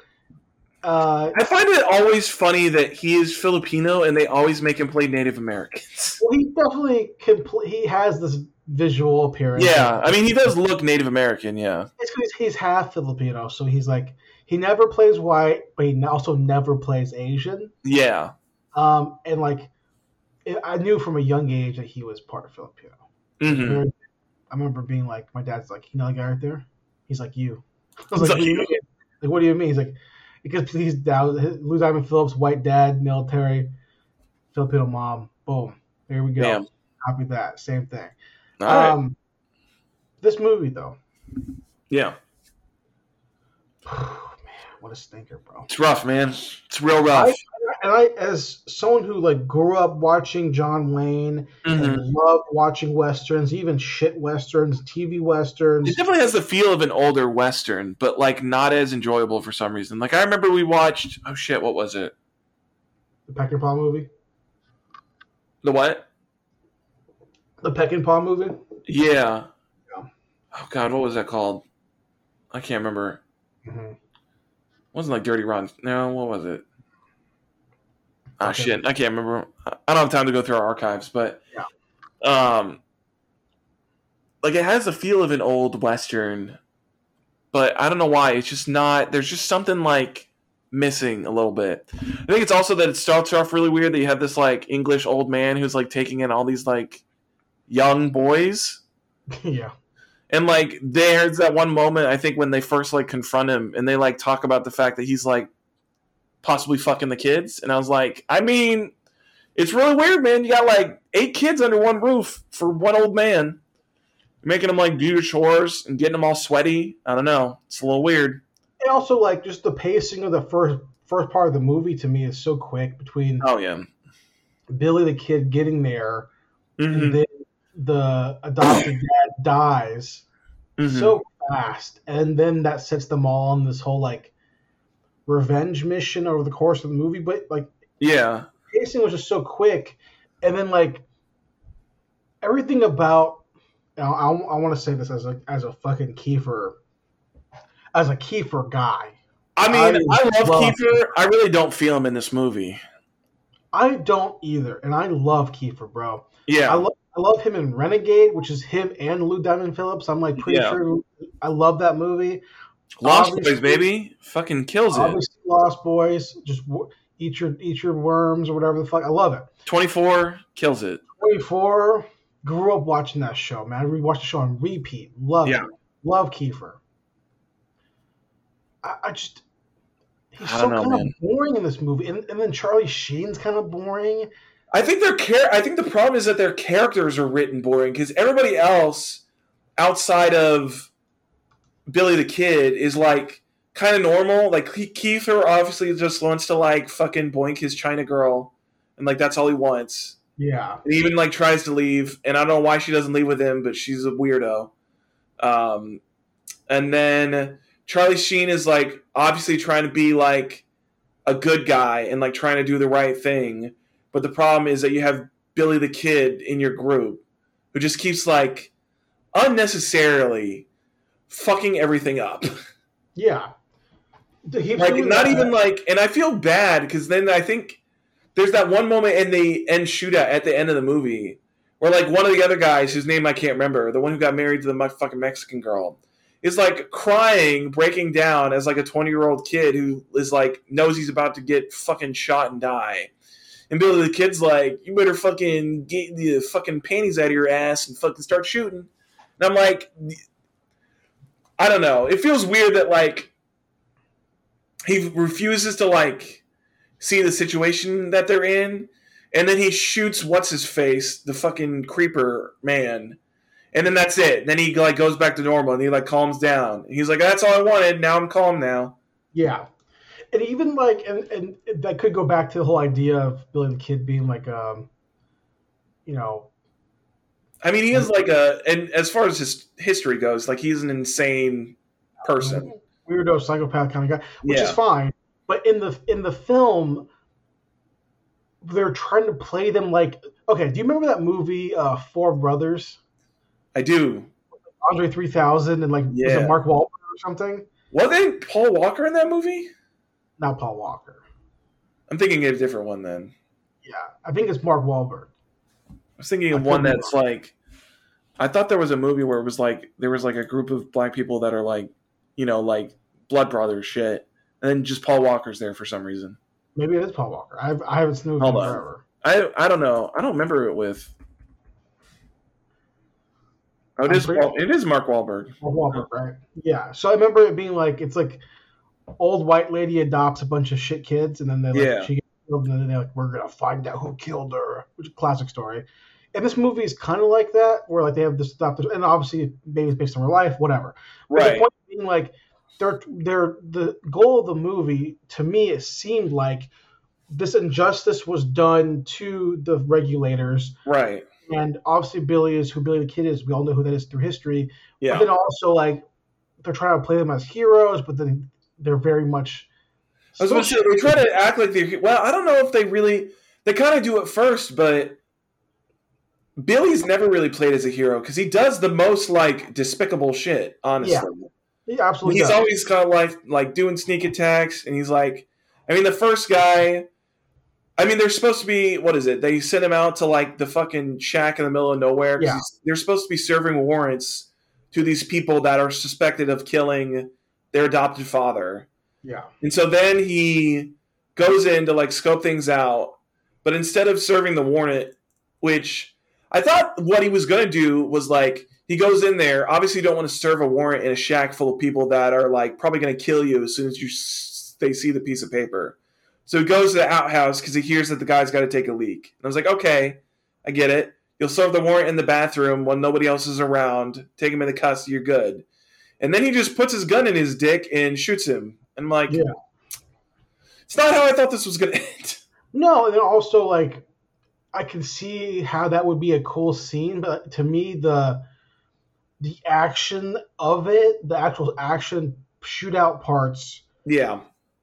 [SPEAKER 7] uh,
[SPEAKER 8] I find it always funny that he is Filipino and they always make him play Native Americans.
[SPEAKER 7] well, he definitely compl- he has this visual appearance.
[SPEAKER 8] Yeah, I mean he does look Native American. Yeah,
[SPEAKER 7] it's because he's half Filipino, so he's like he never plays white, but he also never plays Asian.
[SPEAKER 8] yeah,
[SPEAKER 7] Um, and like it, I knew from a young age that he was part Filipino.
[SPEAKER 8] hmm
[SPEAKER 7] I remember being like, my dad's like, you know that guy right there? He's like, you. I was
[SPEAKER 8] He's
[SPEAKER 7] like, what
[SPEAKER 8] like,
[SPEAKER 7] do you
[SPEAKER 8] "You."
[SPEAKER 7] mean? Like, what do you mean? He's like, because he's down. his- Lou Diamond Phillips, white dad, military, Filipino mom. Boom. There we go.
[SPEAKER 8] Bam.
[SPEAKER 7] Copy that. Same thing.
[SPEAKER 8] all right,
[SPEAKER 7] Um, this movie though,
[SPEAKER 8] yeah.
[SPEAKER 7] what a stinker, bro.
[SPEAKER 8] It's rough, man. It's real rough.
[SPEAKER 7] And I, as someone who like grew up watching John Wayne
[SPEAKER 8] Mhm.
[SPEAKER 7] and loved watching westerns, even shit westerns, TV westerns.
[SPEAKER 8] It definitely has the feel of an older western, but like not as enjoyable for some reason. Like I remember we watched. Oh shit, what was it?
[SPEAKER 7] The Peckinpah movie.
[SPEAKER 8] The what?
[SPEAKER 7] The Peckinpah movie.
[SPEAKER 8] Yeah.
[SPEAKER 7] Yeah.
[SPEAKER 8] Oh god, what was that called? I can't remember.
[SPEAKER 7] Mhm.
[SPEAKER 8] wasn't like Dirty Ron. No, what was it? Ah,
[SPEAKER 7] Okay.
[SPEAKER 8] shit. I can't remember. I I don't have time to go through our archives, but um, like it has the feel of an old western, but I don't know why. It's just not. There's just something like missing a little bit. I think it's also that it starts off really weird that you have this like English old man who's like taking in all these like young boys.
[SPEAKER 7] yeah.
[SPEAKER 8] And like there's that one moment I think when they first like confront him and they like talk about the fact that he's like possibly fucking the kids and I was like, I mean, it's really weird, man. You got like eight kids under one roof for one old man. Making them like do your chores and getting them all sweaty. I don't know. It's a little weird.
[SPEAKER 7] And also, like, just the pacing of the first first part of the movie to me is so quick between
[SPEAKER 8] Oh yeah.
[SPEAKER 7] Billy the kid getting there
[SPEAKER 8] Mhm,
[SPEAKER 7] and then the adopted dad dies
[SPEAKER 8] mhm.
[SPEAKER 7] so fast, and then that sets them all on this whole like revenge mission over the course of the movie. But like,
[SPEAKER 8] yeah.
[SPEAKER 7] pacing was just so quick, and then like everything about. Now, I, I want to say this as a as a fucking Kiefer, as a Kiefer guy.
[SPEAKER 8] I mean,
[SPEAKER 7] I-
[SPEAKER 8] I, love
[SPEAKER 7] well-
[SPEAKER 8] Kiefer. I really don't feel him in this movie.
[SPEAKER 7] I don't either, and I love Kiefer, bro.
[SPEAKER 8] Yeah.
[SPEAKER 7] I love I love him in Renegade, which is him and Lou Diamond Phillips. I'm like pretty
[SPEAKER 8] Yeah.
[SPEAKER 7] sure I love that movie.
[SPEAKER 8] Lost
[SPEAKER 7] obviously-
[SPEAKER 8] Boys, baby. Fucking kills it.
[SPEAKER 7] Obviously, Lost Boys, just w- eat your eat your worms or whatever the fuck. I love it.
[SPEAKER 8] 24 kills it.
[SPEAKER 7] 24, grew up watching that show, man. I rewatched the show on repeat. Love
[SPEAKER 8] Yeah.
[SPEAKER 7] it. Love Kiefer. I, I just he's
[SPEAKER 8] I
[SPEAKER 7] so
[SPEAKER 8] don't know,
[SPEAKER 7] kind
[SPEAKER 8] man.
[SPEAKER 7] of boring in this movie, and, and then Charlie Sheen's kind of boring.
[SPEAKER 8] I think their char- I think the problem is that their characters are written boring because everybody else outside of Billy the Kid is like kind of normal. Like he, Kiefer obviously just wants to like fucking boink his China girl, and like that's all he wants.
[SPEAKER 7] Yeah.
[SPEAKER 8] And he even like tries to leave, and I don't know why she doesn't leave with him, but she's a weirdo. Um, and then Charlie Sheen is like obviously trying to be like a good guy and like trying to do the right thing, but the problem is that you have Billy the Kid in your group who just keeps like unnecessarily fucking everything up.
[SPEAKER 7] Yeah. Th- He
[SPEAKER 8] like
[SPEAKER 7] blew
[SPEAKER 8] not
[SPEAKER 7] that-
[SPEAKER 8] even like and i feel bad because then i think there's that one moment in the end shootout at the end of the movie where like one of the other guys whose name i can't remember the one who got married to the mu- fucking mexican girl is like crying breaking down as like a 20 year old kid who is like knows he's about to get fucking shot and die and billy the kid's like you better fucking get the fucking panties out of your ass and fucking start shooting and i'm like i don't know it feels weird that like he refuses to like see the situation that they're in and then he shoots what's his face the fucking creeper man and then that's it then he like goes back to normal and he like calms down And he's like that's all i wanted now i'm calm now
[SPEAKER 7] Yeah. And even like, and, and that could go back to the whole idea of Billy the Kid being like, um, you know,
[SPEAKER 8] i mean he is like a and as far as his history goes like he's an insane person
[SPEAKER 7] weirdo psychopath kind of guy, which
[SPEAKER 8] yeah
[SPEAKER 7] is fine. But in the in the film, they're trying to play them like, okay, do you remember that movie uh, Four Brothers,
[SPEAKER 8] i do
[SPEAKER 7] Andre 3000, and like was
[SPEAKER 8] Yeah.
[SPEAKER 7] it Mark Wahlberg or something?
[SPEAKER 8] wasn't paul walker in that movie
[SPEAKER 7] Not Paul Walker.
[SPEAKER 8] i'm thinking of a different one then
[SPEAKER 7] Yeah, I think it's Mark Wahlberg.
[SPEAKER 8] I was thinking
[SPEAKER 7] I
[SPEAKER 8] of
[SPEAKER 7] could
[SPEAKER 8] one
[SPEAKER 7] be
[SPEAKER 8] that's like I thought there was a movie where it was like there was like a group of black people that are like, you know, like blood brothers shit. And then just Paul Walker's there for some reason.
[SPEAKER 7] Maybe it is Paul Walker. I've, I haven't seen the movie in
[SPEAKER 8] Hold on.
[SPEAKER 7] forever.
[SPEAKER 8] I I don't know. I don't remember it with Oh, it
[SPEAKER 7] I'm
[SPEAKER 8] is,
[SPEAKER 7] pretty-
[SPEAKER 8] Paul, it is Mark Wahlberg.
[SPEAKER 7] Mark Wahlberg,
[SPEAKER 8] Oh,
[SPEAKER 7] right? Yeah. So I remember it being like it's like old white lady adopts a bunch of shit kids, and then they like
[SPEAKER 8] Yeah.
[SPEAKER 7] she gets killed, and then they're like, we're gonna find out who killed her, which is a classic story. And this movie is kind of like that, where like they have this adopted, and obviously maybe it's based on real life, whatever. But The
[SPEAKER 8] Right.
[SPEAKER 7] point being like they're they're the goal of the movie to me it seemed like this injustice was done to the regulators
[SPEAKER 8] Right.
[SPEAKER 7] and obviously billy is who billy the kid is we all know who that is through history but
[SPEAKER 8] Yeah.
[SPEAKER 7] then also like they're trying to play them as heroes, but then they're very much.
[SPEAKER 8] I was going to say they try to act like they well, I don't know if they really they kind of do it first, but Billy's never really played as a hero because he does the most like despicable shit, honestly.
[SPEAKER 7] Yeah, absolutely.
[SPEAKER 8] he's
[SPEAKER 7] does.
[SPEAKER 8] always kind of like like doing sneak attacks, and he's like, I mean, the first guy. I mean, they're supposed to be what is it? They sent him out to like the fucking shack in the middle of nowhere. 'cause
[SPEAKER 7] Yeah.
[SPEAKER 8] he's- they're supposed to be serving warrants to these people that are suspected of killing their adopted father.
[SPEAKER 7] yeah,
[SPEAKER 8] And so then he goes in to like scope things out, but instead of serving the warrant, which I thought what he was going to do was like he goes in there. Obviously, you don't want to serve a warrant in a shack full of people that are like probably going to kill you as soon as you s- they see the piece of paper. So he goes to the outhouse because he hears that the guy's got to take a leak. And I was like, okay, I get it. You'll serve the warrant in the bathroom when nobody else is around. Take him into custody. You're good. And then he just puts his gun in his dick and shoots him. And I'm like,
[SPEAKER 7] Yeah.
[SPEAKER 8] it's not how I thought this was going to end.
[SPEAKER 7] no, and then also like I can see how that would be a cool scene, but to me the the action of it, the actual action shootout parts,
[SPEAKER 8] yeah.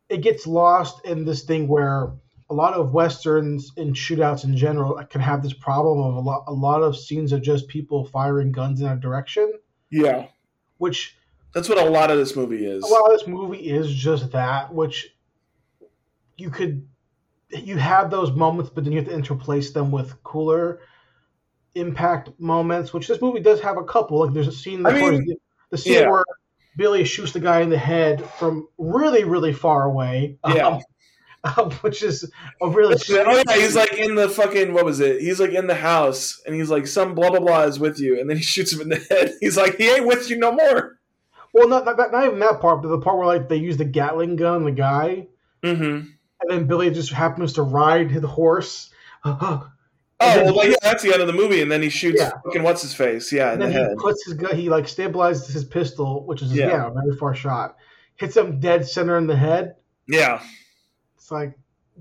[SPEAKER 7] it gets lost in this thing where a lot of westerns and shootouts in general can have this problem of a lot a lot of scenes of just people firing guns in a direction,
[SPEAKER 8] Yeah.
[SPEAKER 7] which
[SPEAKER 8] That's what a lot of this movie is.
[SPEAKER 7] a lot of this movie is just that, which you could you have those moments, but then you have to interplace them with cooler impact moments, which this movie does have a couple. Like there's a scene
[SPEAKER 8] I
[SPEAKER 7] that
[SPEAKER 8] mean,
[SPEAKER 7] was- the scene
[SPEAKER 8] yeah.
[SPEAKER 7] where Billy shoots the guy in the head from really, really far away.
[SPEAKER 8] Yeah.
[SPEAKER 7] um, which is a really
[SPEAKER 8] Oh, yeah, he's like in the fucking what was it? He's like in the house, and he's like some blah blah blah is with you, and then he shoots him in the head. He's like he ain't with you no more.
[SPEAKER 7] well, not, not not even that part, but the part where like they use the Gatling gun, on the guy,
[SPEAKER 8] Mm-hmm.
[SPEAKER 7] and then Billy just happens to ride his horse.
[SPEAKER 8] Oh well, like, yeah, that's the end of the movie, and then he shoots
[SPEAKER 7] Yeah.
[SPEAKER 8] fucking what's his face, yeah, in
[SPEAKER 7] And
[SPEAKER 8] the
[SPEAKER 7] then
[SPEAKER 8] head.
[SPEAKER 7] he puts his gun. He like stabilizes his pistol, which is
[SPEAKER 8] Yeah.
[SPEAKER 7] yeah, a very far shot. hits him dead center in the head.
[SPEAKER 8] Yeah.
[SPEAKER 7] It's like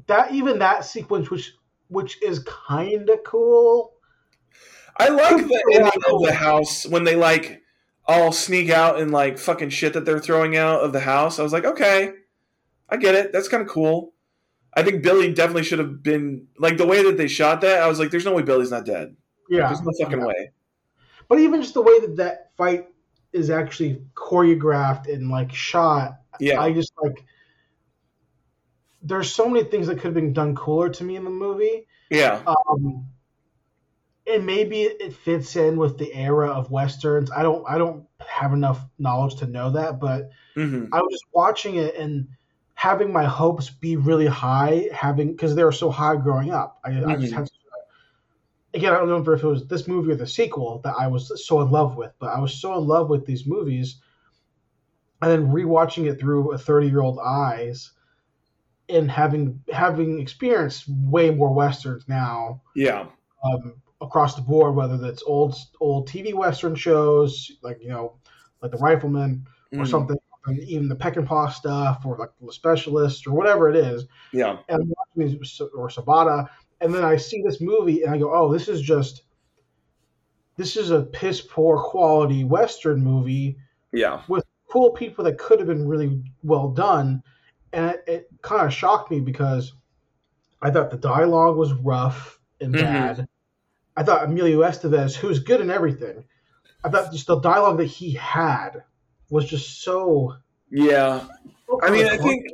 [SPEAKER 7] that. Even that sequence, which which is kind of cool.
[SPEAKER 8] I like the ending of the house when they like all sneak out and like fucking shit that they're throwing out of the house. I was like, okay, I get it. That's kind of cool. I think Billy definitely should have been like the way that they shot that. I was like, there's no way Billy's not dead.
[SPEAKER 7] Yeah,
[SPEAKER 8] There's no fucking way.
[SPEAKER 7] but even just the way that that fight is actually choreographed and like shot,
[SPEAKER 8] Yeah,
[SPEAKER 7] I just like. There's so many things that could have been done cooler to me in the movie.
[SPEAKER 8] yeah,
[SPEAKER 7] Um, and maybe it it fits in with the era of westerns. I don't, I don't have enough knowledge to know that, but
[SPEAKER 8] hmm
[SPEAKER 7] I was just watching it and having my hopes be really high, having because they were so high growing up. I, I
[SPEAKER 8] Mhm.
[SPEAKER 7] just had again, I don't remember if it was this movie or the sequel that I was so in love with, but I was so in love with these movies, and then rewatching it through a thirty-year-old eyes, and having having experienced way more westerns now
[SPEAKER 8] yeah,
[SPEAKER 7] um, across the board, whether that's old old TV western shows like you know, like The Rifleman or
[SPEAKER 8] Mhm.
[SPEAKER 7] something, and even the Peck and Paw stuff, or like the Specialist, or whatever it is,
[SPEAKER 8] yeah,
[SPEAKER 7] and I'm watching these, or Sabata, and then I see this movie and I go, oh, this is just, this is a piss poor quality Western movie,
[SPEAKER 8] yeah,
[SPEAKER 7] cool people that could have been really well done, and it, it kind of shocked me because I thought the dialogue was rough and
[SPEAKER 8] Mhm.
[SPEAKER 7] bad. I thought Emilio Estevez, who's good in everything, I thought just the dialogue that he had was just so
[SPEAKER 8] yeah. I mean, I think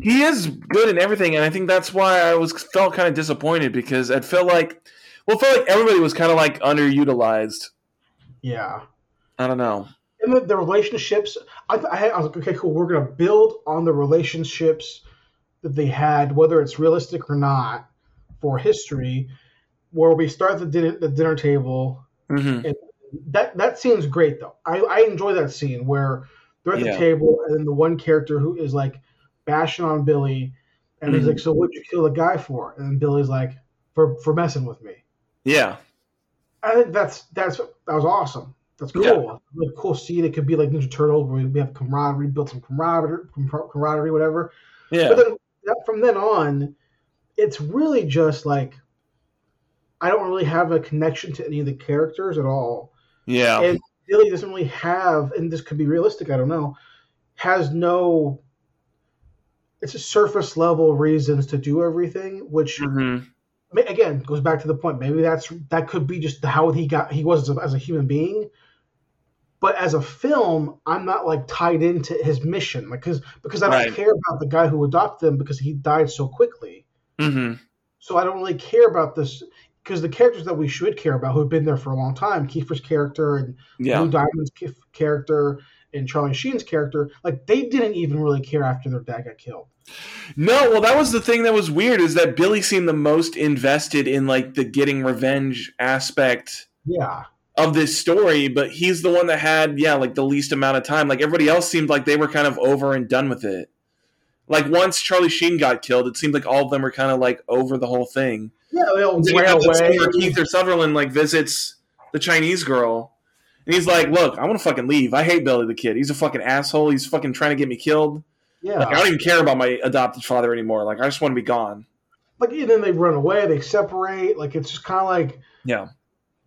[SPEAKER 8] he is good in everything, and I think that's why I was felt kind of disappointed because I felt like, well, it felt like everybody was kind of like underutilized.
[SPEAKER 7] yeah,
[SPEAKER 8] I don't know.
[SPEAKER 7] and the, the relationships. I, I, had, I was like, okay, cool. We're gonna build on the relationships that they had, whether it's realistic or not, for history. Where we start the dinner, the dinner table.
[SPEAKER 8] hmm
[SPEAKER 7] That that scene's great though. I, I enjoy that scene where they're at the
[SPEAKER 8] Yeah.
[SPEAKER 7] table and then the one character who is like bashing on Billy, and he's
[SPEAKER 8] Mhm.
[SPEAKER 7] like, "So what'd you kill the guy for?" And then Billy's like, "For for messing with me."
[SPEAKER 8] Yeah,
[SPEAKER 7] I think that's that's that was awesome. That's cool.
[SPEAKER 8] Yeah.
[SPEAKER 7] Like cool scene. It could be like Ninja Turtle where we have camaraderie, built some camaraderie, com- camaraderie, whatever.
[SPEAKER 8] yeah.
[SPEAKER 7] But then that, from then on, it's really just like I don't really have a connection to any of the characters at all.
[SPEAKER 8] Yeah.
[SPEAKER 7] And Billy doesn't really have, and this could be realistic. I don't know. Has no. It's a surface level reasons to do everything, which
[SPEAKER 8] Mhm.
[SPEAKER 7] Ma- again goes back to the point maybe that's that could be just how he got he was as a, as a human being but as a film i'm not like tied into his mission like because because i don't
[SPEAKER 8] Right.
[SPEAKER 7] care about the guy who adopted him because he died so quickly
[SPEAKER 8] Mhm.
[SPEAKER 7] so i don't really care about this because the characters that we should care about who've been there for a long time Kiefer's character and
[SPEAKER 8] Yeah.
[SPEAKER 7] Blue Diamond's ki- character and Charlie Sheen's character like they didn't even really care after their dad got killed
[SPEAKER 8] No, well, that was the thing that was weird is that Billy seemed the most invested in like the getting revenge aspect
[SPEAKER 7] yeah
[SPEAKER 8] of this story, but he's the one that had yeah like the least amount of time. Like everybody else seemed like they were kind of over and done with it. Like once Charlie Sheen got killed, it seemed like all of them were kind of like over the whole thing.
[SPEAKER 7] yeah they all
[SPEAKER 8] Then you
[SPEAKER 7] ran
[SPEAKER 8] have that scene
[SPEAKER 7] away
[SPEAKER 8] where Keith or Sutherland like visits the Chinese girl, and he's like, "Look, I want to fucking leave. I hate Billy the Kid. He's a fucking asshole. He's fucking trying to get me killed."
[SPEAKER 7] yeah
[SPEAKER 8] Like, I don't even care about my adopted father anymore. Like, I just want to be gone.
[SPEAKER 7] like and then they run away, they separate. Like it's just kind of like
[SPEAKER 8] Yeah.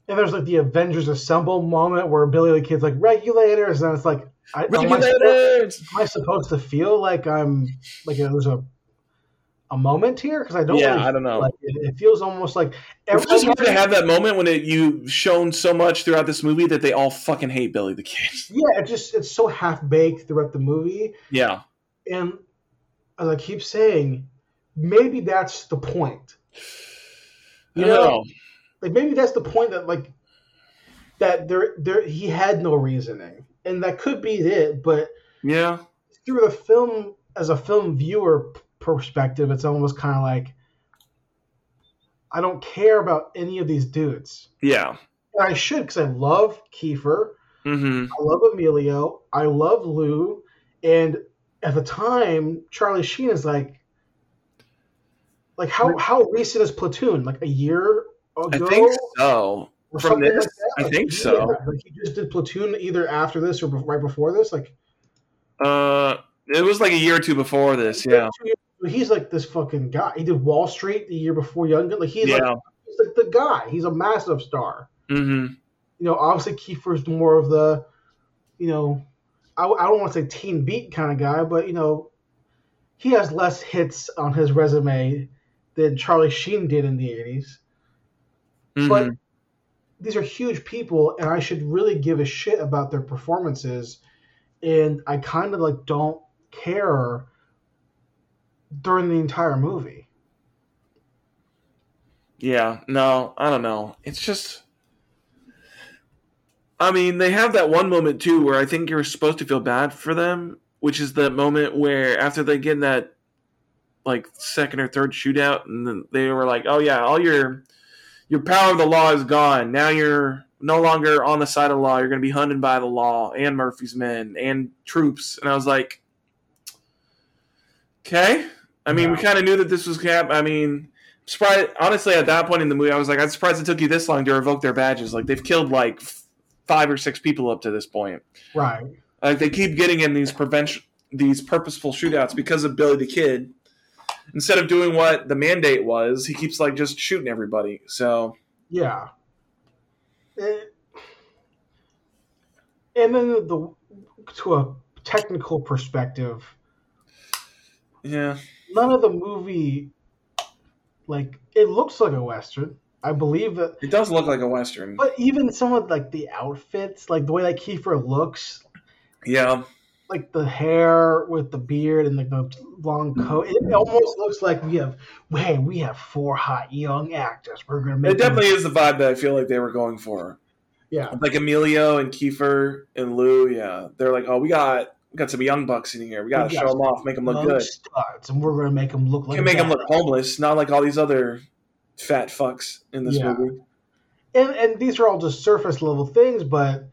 [SPEAKER 7] and there's like the Avengers Assemble moment where Billy the Kid's like regulators, and it's like I, am, I supposed,
[SPEAKER 8] Regulators!
[SPEAKER 7] am I supposed to feel like I'm like there's a a moment here because I don't
[SPEAKER 8] Yeah,
[SPEAKER 7] really
[SPEAKER 8] I don't know.
[SPEAKER 7] feel like it, it feels almost like every-
[SPEAKER 8] It's just hard to have that moment when it, you've shown so much throughout this movie that they all fucking hate Billy the Kid.
[SPEAKER 7] yeah it just it's so half baked throughout the movie
[SPEAKER 8] Yeah.
[SPEAKER 7] and as I keep saying maybe that's the point
[SPEAKER 8] I
[SPEAKER 7] You
[SPEAKER 8] don't
[SPEAKER 7] know,
[SPEAKER 8] know.
[SPEAKER 7] like maybe that's the point that like that there there he had no reasoning and that could be it but
[SPEAKER 8] Yeah.
[SPEAKER 7] through the film as a film viewer p- perspective it's almost kind of like i don't care about any of these dudes
[SPEAKER 8] Yeah.
[SPEAKER 7] and i should because i love kiefer
[SPEAKER 8] Mm-hmm.
[SPEAKER 7] i love emilio i love lou and at the time charlie sheen is like like how how recent is platoon like a year ago
[SPEAKER 8] I think so.
[SPEAKER 7] or
[SPEAKER 8] From
[SPEAKER 7] something
[SPEAKER 8] this,
[SPEAKER 7] like that.
[SPEAKER 8] I
[SPEAKER 7] Like,
[SPEAKER 8] think
[SPEAKER 7] yeah,
[SPEAKER 8] so.
[SPEAKER 7] Like he just did Platoon either after this or bef- right before this. Like
[SPEAKER 8] Uh, it was like a year or two before this. Yeah.
[SPEAKER 7] But he's like this fucking guy. He did Wall Street the year before Young Gun. Like he's
[SPEAKER 8] yeah.
[SPEAKER 7] like he's like the guy. He's a massive star.
[SPEAKER 8] mm-hmm.
[SPEAKER 7] You know, obviously Kiefer's more of the, you know, I, I don't want to say teen beat kind of guy, but you know, he has less hits on his resume than Charlie Sheen did in the 80s
[SPEAKER 8] Mm-hmm.
[SPEAKER 7] But these are huge people, and I should really give a shit about their performances. And I kind of like don't care during the entire movie.
[SPEAKER 8] Yeah, no, I don't know. It's just I mean, they have that one moment too where I think you're supposed to feel bad for them, which is the moment where after they get in that like second or third shootout and then they were like, "Oh yeah, all your your power of the law is gone. Now you're no longer on the side of the law. You're going to be hunted by the law and Murphy's men and troops." And I was like, "Okay." I mean, we kind of knew that this was cap. I mean, surprised honestly at that point in the movie i was like i'm surprised it took you this long to revoke their badges like they've killed like f- five or six people up to this point
[SPEAKER 7] Right.
[SPEAKER 8] like they keep getting in these prevention these purposeful shootouts because of billy the kid instead of doing what the mandate was he keeps like just shooting everybody so
[SPEAKER 7] Yeah. And, and then the to a technical perspective,
[SPEAKER 8] yeah
[SPEAKER 7] none of the movie like it looks like a western. I believe that
[SPEAKER 8] it does look like a western
[SPEAKER 7] but even some of like the outfits, like the way that Kiefer looks,
[SPEAKER 8] yeah
[SPEAKER 7] like the hair with the beard and like the long coat, it almost looks like we have hey, we have four hot young actors. We're gonna make
[SPEAKER 8] it
[SPEAKER 7] them-
[SPEAKER 8] definitely is the vibe that i feel like they were going for
[SPEAKER 7] yeah.
[SPEAKER 8] like Emilio and Kiefer and Lou, yeah, they're like, oh, we got we got some young bucks in here. We gotta
[SPEAKER 7] We
[SPEAKER 8] show
[SPEAKER 7] got
[SPEAKER 8] them off, make them look
[SPEAKER 7] young
[SPEAKER 8] good.
[SPEAKER 7] studs, and we're gonna make them look
[SPEAKER 8] We
[SPEAKER 7] like
[SPEAKER 8] can make them
[SPEAKER 7] that.
[SPEAKER 8] look homeless, not like all these other fat fucks in this
[SPEAKER 7] Yeah.
[SPEAKER 8] movie.
[SPEAKER 7] and and these are all just surface level things, but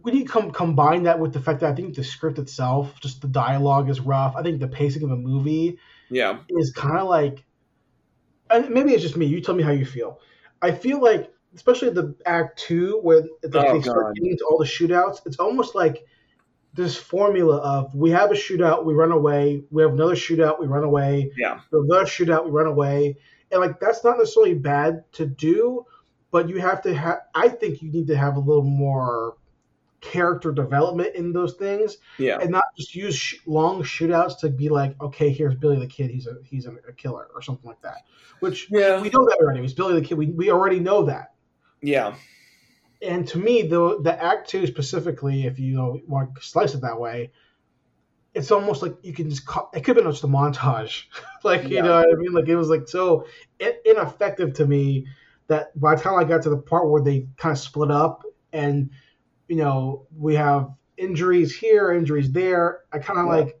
[SPEAKER 7] when you come combine that with the fact that I think the script itself, just the dialogue is rough. I think the pacing of the movie
[SPEAKER 8] Yeah,
[SPEAKER 7] is kind of like, and maybe it's just me. You tell me how you feel. I feel like, especially the act two, when it's like
[SPEAKER 8] Oh,
[SPEAKER 7] they start
[SPEAKER 8] God.
[SPEAKER 7] getting into all the shootouts, it's almost like this formula of we have a shootout, we run away. We have another shootout, we run away.
[SPEAKER 8] Yeah.
[SPEAKER 7] We have another shootout, we run away. And like that's not necessarily bad to do, but you have to have. I think you need to have a little more character development in those things
[SPEAKER 8] yeah,
[SPEAKER 7] and not just use sh- long shootouts to be like, okay, here's Billy the Kid, he's a he's a, a killer or something like that. Which
[SPEAKER 8] Yeah.
[SPEAKER 7] we know that already. He's Billy the Kid. We, we already know that.
[SPEAKER 8] yeah,
[SPEAKER 7] And to me, the the Act Two specifically, if you know, want to slice it that way, it's almost like you can just cut. It could have been just a montage, like you
[SPEAKER 8] Yeah.
[SPEAKER 7] know what I mean. Like it was like so in- ineffective to me that by the time I got to the part where they kind of split up and you know, we have injuries here, injuries there. I kind of like,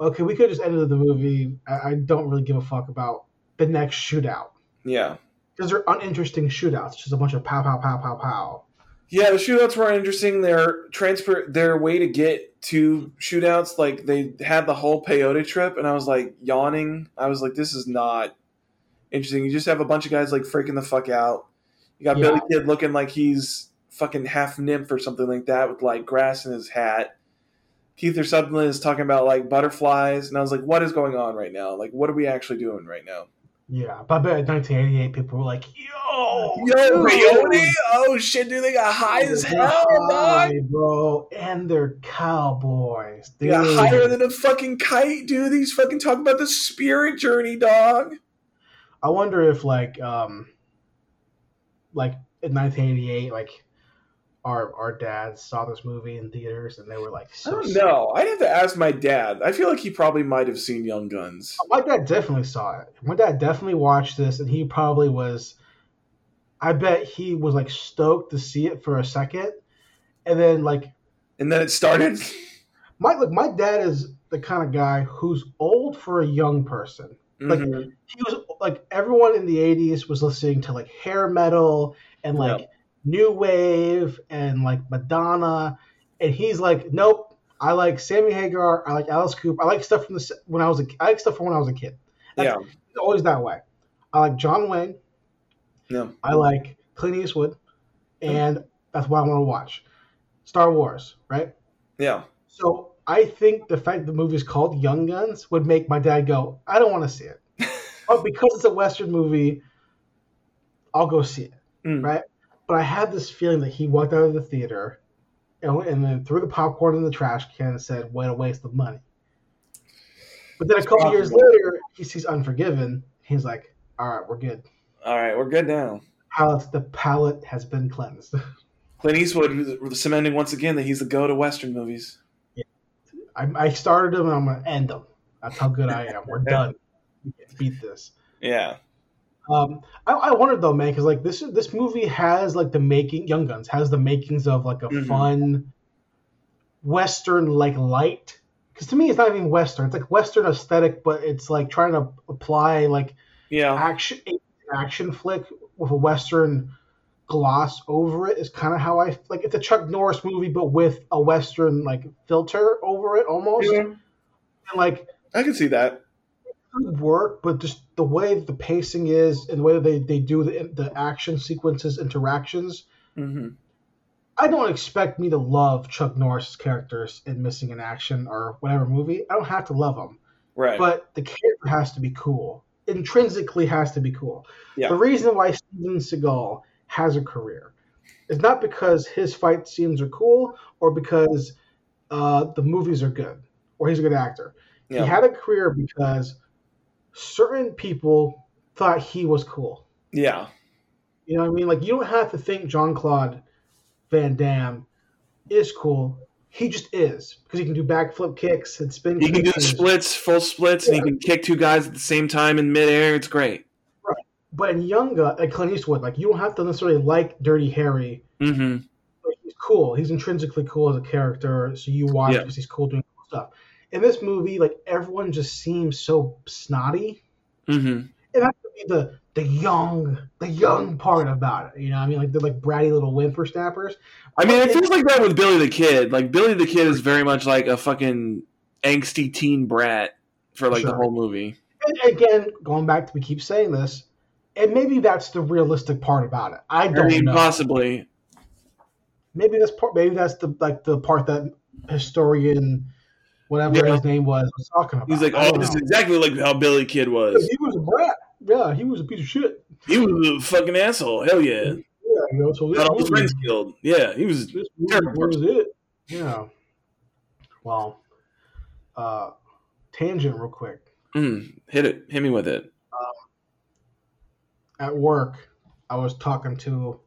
[SPEAKER 7] okay, we could just ended the movie. I, I don't really give a fuck about the next shootout
[SPEAKER 8] yeah,
[SPEAKER 7] because they're uninteresting shootouts, just a bunch of pow, pow, pow, pow, pow.
[SPEAKER 8] yeah. The shootouts were interesting. Their transfer, their way to get to shootouts, like they had the whole peyote trip, and I was like yawning. I was like, this is not interesting. You just have a bunch of guys like freaking the fuck out. You got
[SPEAKER 7] Yeah.
[SPEAKER 8] Billy Kid looking like he's fucking half nymph or something like that with like grass in his hat. Keith or Sutherland is talking about like butterflies, and I was like, what is going on right now? Like, what are we actually doing right now?
[SPEAKER 7] Yeah, but I bet in 1988 people were like, yo,
[SPEAKER 8] Yo, peyote? Oh shit, dude, they got high as hell, dog.
[SPEAKER 7] Hi, bro, and they're cowboys.
[SPEAKER 8] They
[SPEAKER 7] Dude.
[SPEAKER 8] got higher than a fucking kite, dude. He's fucking talking about the spirit journey, dog.
[SPEAKER 7] I wonder if like um like in 1988 like our our dads saw this movie in theaters and they were like
[SPEAKER 8] I
[SPEAKER 7] so
[SPEAKER 8] don't
[SPEAKER 7] sick.
[SPEAKER 8] know. I'd have to ask my dad. I feel like he probably might have seen Young Guns.
[SPEAKER 7] My dad definitely saw it. My dad definitely watched this and he probably was I bet he was like stoked to see it for a second and then like
[SPEAKER 8] And then it started.
[SPEAKER 7] my look my dad is the kind of guy who's old for a young person. Like
[SPEAKER 8] Mhm.
[SPEAKER 7] he was like everyone in the 80s was listening to like hair metal and like
[SPEAKER 8] Yeah.
[SPEAKER 7] new wave and like madonna and he's like nope i like sammy hagar i like alice cooper i like stuff from the s- when i was a i like stuff from when i was a kid
[SPEAKER 8] yeah.
[SPEAKER 7] He's always that way i like john wayne
[SPEAKER 8] Yeah.
[SPEAKER 7] i like clint eastwood and that's what i want to watch star wars right
[SPEAKER 8] Yeah.
[SPEAKER 7] so I think the fact the movie's called Young Guns would make my dad go, I don't want to see it. but because it's a Western movie, I'll go see it.
[SPEAKER 8] Mm.
[SPEAKER 7] Right? But I had this feeling that he walked out of the theater and, and then threw the popcorn in the trash can and said, What a waste of money. But then a couple years
[SPEAKER 8] possible.
[SPEAKER 7] later, he sees Unforgiven. He's like, All right, we're good.
[SPEAKER 8] All right, we're good now.
[SPEAKER 7] Palette, the palette has been cleansed.
[SPEAKER 8] Clint Eastwood cementing once again that he's the go to Western movies.
[SPEAKER 7] I, I started them and I'm going to end them. That's how good I am. We're done. We can beat this.
[SPEAKER 8] Yeah.
[SPEAKER 7] Um, I, I wondered though, man, because like this this movie has like the making Young Guns has the makings of like a
[SPEAKER 8] Mhm.
[SPEAKER 7] fun Western like light. Because to me, it's not even Western. It's like Western aesthetic, but it's like trying to apply like
[SPEAKER 8] Yeah.
[SPEAKER 7] action action flick with a Western gloss over it. Is kind of how I like. It's a Chuck Norris movie, but with a Western like filter over it almost.
[SPEAKER 8] Yeah.
[SPEAKER 7] And like
[SPEAKER 8] I can see that.
[SPEAKER 7] good work, but just the way the pacing is and the way they, they do the, the action sequences, interactions.
[SPEAKER 8] hmm
[SPEAKER 7] I don't expect me to love Chuck Norris's characters in Missing in Action or whatever movie. I don't have to love them,
[SPEAKER 8] Right.
[SPEAKER 7] but the character has to be cool. Intrinsically has to be cool.
[SPEAKER 8] Yeah.
[SPEAKER 7] The reason why Steven Seagal has a career is not because his fight scenes are cool or because uh, the movies are good or he's a good actor.
[SPEAKER 8] Yeah.
[SPEAKER 7] He had a career because certain people thought he was cool.
[SPEAKER 8] yeah.
[SPEAKER 7] You know what I mean? Like you don't have to think Jean Claude Van Damme is cool. He just is because he can do backflip kicks and spin.
[SPEAKER 8] He can do
[SPEAKER 7] kicks and-
[SPEAKER 8] splits, full splits, and he can kick two guys at the same time in midair. It's great.
[SPEAKER 7] But in Young Guns, like Clint Eastwood, like you don't have to necessarily like Dirty Harry.
[SPEAKER 8] Mm-hmm.
[SPEAKER 7] But he's cool. He's intrinsically cool as a character, so you watch
[SPEAKER 8] Yeah.
[SPEAKER 7] because he's cool doing cool stuff. In this movie, like everyone just seems so snotty.
[SPEAKER 8] Mm-hmm.
[SPEAKER 7] and that's gonna be the the young the young part about it. You know, what I mean, like they're like bratty little whippersnappers.
[SPEAKER 8] I mean, it feels like that with Billy the Kid. Like Billy the Kid is very much like a fucking angsty teen brat for like the
[SPEAKER 7] Sure.
[SPEAKER 8] whole movie.
[SPEAKER 7] And again, going back to we keep saying this, and maybe that's the realistic part about it. I
[SPEAKER 8] I
[SPEAKER 7] don't
[SPEAKER 8] mean,
[SPEAKER 7] know.
[SPEAKER 8] possibly.
[SPEAKER 7] Maybe that's part. Maybe that's the like the part that historian, whatever
[SPEAKER 8] Yeah.
[SPEAKER 7] his name was, was talking about.
[SPEAKER 8] He's like,
[SPEAKER 7] I
[SPEAKER 8] oh,
[SPEAKER 7] don't
[SPEAKER 8] this is
[SPEAKER 7] know.
[SPEAKER 8] exactly like how Billy Kid was.
[SPEAKER 7] he was a brat. Yeah, he was a piece of shit.
[SPEAKER 8] He was a fucking asshole. Hell yeah.
[SPEAKER 7] Yeah, you know. So this
[SPEAKER 8] Got all his
[SPEAKER 7] movie-
[SPEAKER 8] friends killed. Yeah, he was.
[SPEAKER 7] this movie
[SPEAKER 8] Terrible
[SPEAKER 7] was it. Yeah. Well, uh, tangent real quick.
[SPEAKER 8] Mm, hit it. Hit me with it.
[SPEAKER 7] At work, I was talking to.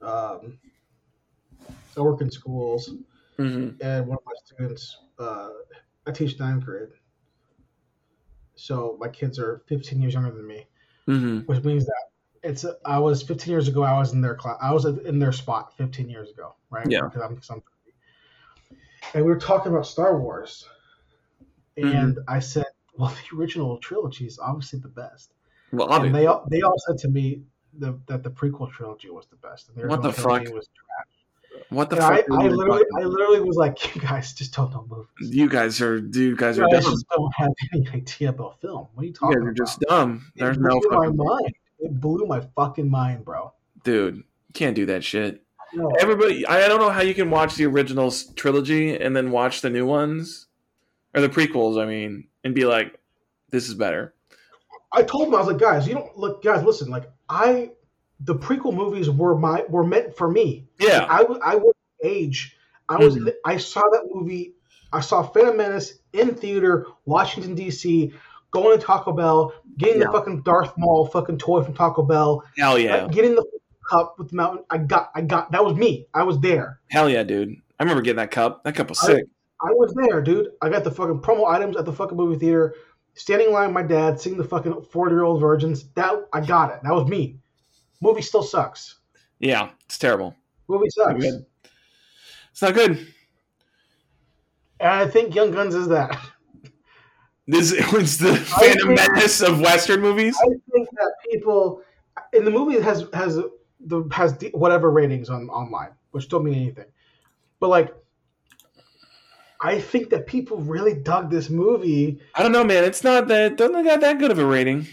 [SPEAKER 7] Um, I work in schools,
[SPEAKER 8] hmm
[SPEAKER 7] and one of my students, uh, I teach ninth grade. So my kids are 15 years younger than me,
[SPEAKER 8] hmm
[SPEAKER 7] which means that it's I was 15 years ago. I was in their class. I was in their spot 15 years ago, right?
[SPEAKER 8] Yeah.
[SPEAKER 7] Because I'm, 'cause I'm 30. And we were talking about Star Wars, and I said, "Well, the original trilogy is obviously the best."
[SPEAKER 8] Well,
[SPEAKER 7] And
[SPEAKER 8] obviously.
[SPEAKER 7] they all, they all said to me the, that the prequel trilogy was the best. And the
[SPEAKER 8] What the
[SPEAKER 7] original trilogy
[SPEAKER 8] fuck?
[SPEAKER 7] Was trash.
[SPEAKER 8] What the
[SPEAKER 7] And I,
[SPEAKER 8] fuck? are
[SPEAKER 7] I
[SPEAKER 8] you
[SPEAKER 7] literally, I
[SPEAKER 8] talking
[SPEAKER 7] literally was like, "You guys just don't know movies."
[SPEAKER 8] about? You guys are. You guys
[SPEAKER 7] You
[SPEAKER 8] are
[SPEAKER 7] guys
[SPEAKER 8] dumb.
[SPEAKER 7] just don't have any idea about film. What are you
[SPEAKER 8] You
[SPEAKER 7] talking
[SPEAKER 8] guys are
[SPEAKER 7] about?
[SPEAKER 8] just dumb. There's
[SPEAKER 7] it
[SPEAKER 8] no
[SPEAKER 7] blew my
[SPEAKER 8] fucking
[SPEAKER 7] mind. It blew my fucking mind, bro.
[SPEAKER 8] dude. You can't do that shit.
[SPEAKER 7] No.
[SPEAKER 8] Everybody, I I don't know how you can watch the original s- trilogy and then watch the new ones or the prequels. I mean, and be like, this is better.
[SPEAKER 7] I told him I was like, guys, you don't look, guys, listen, like I, the prequel movies were my were meant for me.
[SPEAKER 8] Yeah,
[SPEAKER 7] I w- I was age. I was
[SPEAKER 8] Mm-hmm.
[SPEAKER 7] I saw that movie. I saw Phantom Menace in theater, Washington D.C. Going to Taco Bell, getting
[SPEAKER 8] Yeah.
[SPEAKER 7] the fucking Darth Maul fucking toy from Taco Bell,
[SPEAKER 8] hell yeah,
[SPEAKER 7] uh, getting the cup with the mountain. I got, I got. That was me. I was there.
[SPEAKER 8] hell yeah, dude. I remember getting that cup. That cup was
[SPEAKER 7] I-
[SPEAKER 8] sick.
[SPEAKER 7] I was there, dude. I got the fucking promo items at the fucking movie theater, standing in line with my dad, seeing the fucking 40 year old virgins. That I got it. That was me. Movie still sucks.
[SPEAKER 8] Yeah, it's terrible.
[SPEAKER 7] Movie sucks.
[SPEAKER 8] Good. It's not good.
[SPEAKER 7] And I think Young Guns is that.
[SPEAKER 8] This it's the Phantom
[SPEAKER 7] think-
[SPEAKER 8] Menace of Western movies.
[SPEAKER 7] I think that people in the movie has has the has d- whatever ratings on online, which don't mean anything. But like I think that people really dug this movie
[SPEAKER 8] I don't know, man. It's not that. Doesn't got that good of a rating.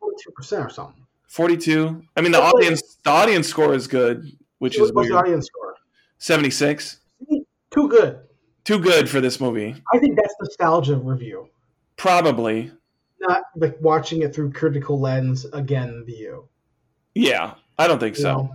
[SPEAKER 7] 42% or something.
[SPEAKER 8] Forty-two. I mean, the
[SPEAKER 7] That's like-
[SPEAKER 8] audience. The audience score is good, which is
[SPEAKER 7] What's the
[SPEAKER 8] weird.
[SPEAKER 7] audience score?
[SPEAKER 8] Seventy-six.
[SPEAKER 7] Too good.
[SPEAKER 8] Too good for this movie.
[SPEAKER 7] I think that's nostalgia review,
[SPEAKER 8] Probably.
[SPEAKER 7] not like watching it through critical lens again view.
[SPEAKER 8] Yeah. I don't think
[SPEAKER 7] you
[SPEAKER 8] so.
[SPEAKER 7] know?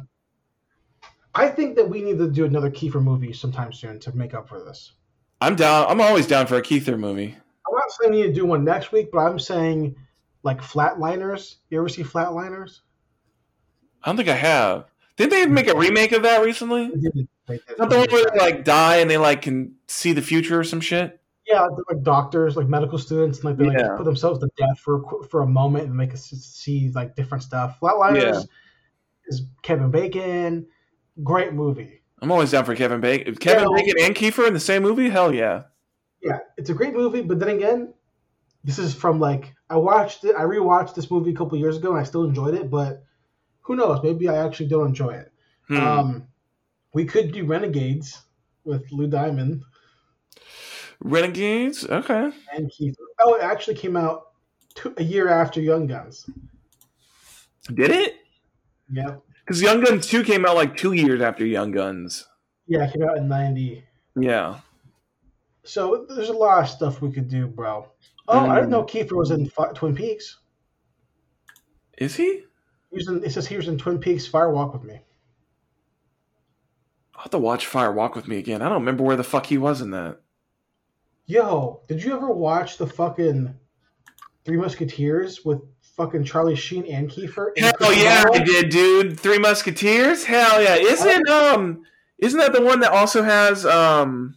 [SPEAKER 7] I think that we need to do another Kiefer movie sometime soon to make up for this.
[SPEAKER 8] I'm down. I'm always down for a Keither movie.
[SPEAKER 7] I'm not saying we need to do one next week, but I'm saying like Flatliners. You ever see Flatliners?
[SPEAKER 8] I don't think I have. Didn't they make a remake of that recently?
[SPEAKER 7] They did it. They did it.
[SPEAKER 8] Not the one where they like die and they like can see the future or some shit.
[SPEAKER 7] Yeah, they're like doctors, like medical students, and like they
[SPEAKER 8] Yeah.
[SPEAKER 7] like put themselves to death for a qu- for a moment and make us see like different stuff. Flatliners is Kevin Bacon, great movie.
[SPEAKER 8] I'm always down for Kevin Bacon. Kevin
[SPEAKER 7] Yeah.
[SPEAKER 8] Bacon and Kiefer in the same movie? Hell yeah.
[SPEAKER 7] Yeah, it's a great movie, but then again, this is from like I watched it, I rewatched this movie a couple years ago, and I still enjoyed it. But who knows? Maybe I actually don't enjoy it.
[SPEAKER 8] Hmm.
[SPEAKER 7] Um, we could do Renegades with Lou Diamond
[SPEAKER 8] Renegades. Okay.
[SPEAKER 7] and Keith. Oh, it actually came out two, a year after Young Guns.
[SPEAKER 8] Did it?
[SPEAKER 7] Yeah,
[SPEAKER 8] Because Young Guns 2 came out like two years after Young Guns.
[SPEAKER 7] yeah, it came out in '90.
[SPEAKER 8] Yeah.
[SPEAKER 7] So there's a lot of stuff we could do, bro. Oh, I
[SPEAKER 8] Hmm.
[SPEAKER 7] didn't know Kiefer was in Fi Twin Peaks.
[SPEAKER 8] Is he?
[SPEAKER 7] He was in, it says he was in Twin Peaks Firewalk with Me.
[SPEAKER 8] I'll have to watch Fire Walk with me again. I don't remember where the fuck he was in that.
[SPEAKER 7] Yo, did you ever watch the fucking Three Musketeers with fucking Charlie Sheen and Kiefer? and
[SPEAKER 8] Hell
[SPEAKER 7] Chris
[SPEAKER 8] yeah, I
[SPEAKER 7] Hemsworth?
[SPEAKER 8] did, dude. Three Musketeers. Hell yeah. Isn't um isn't that the one that also has um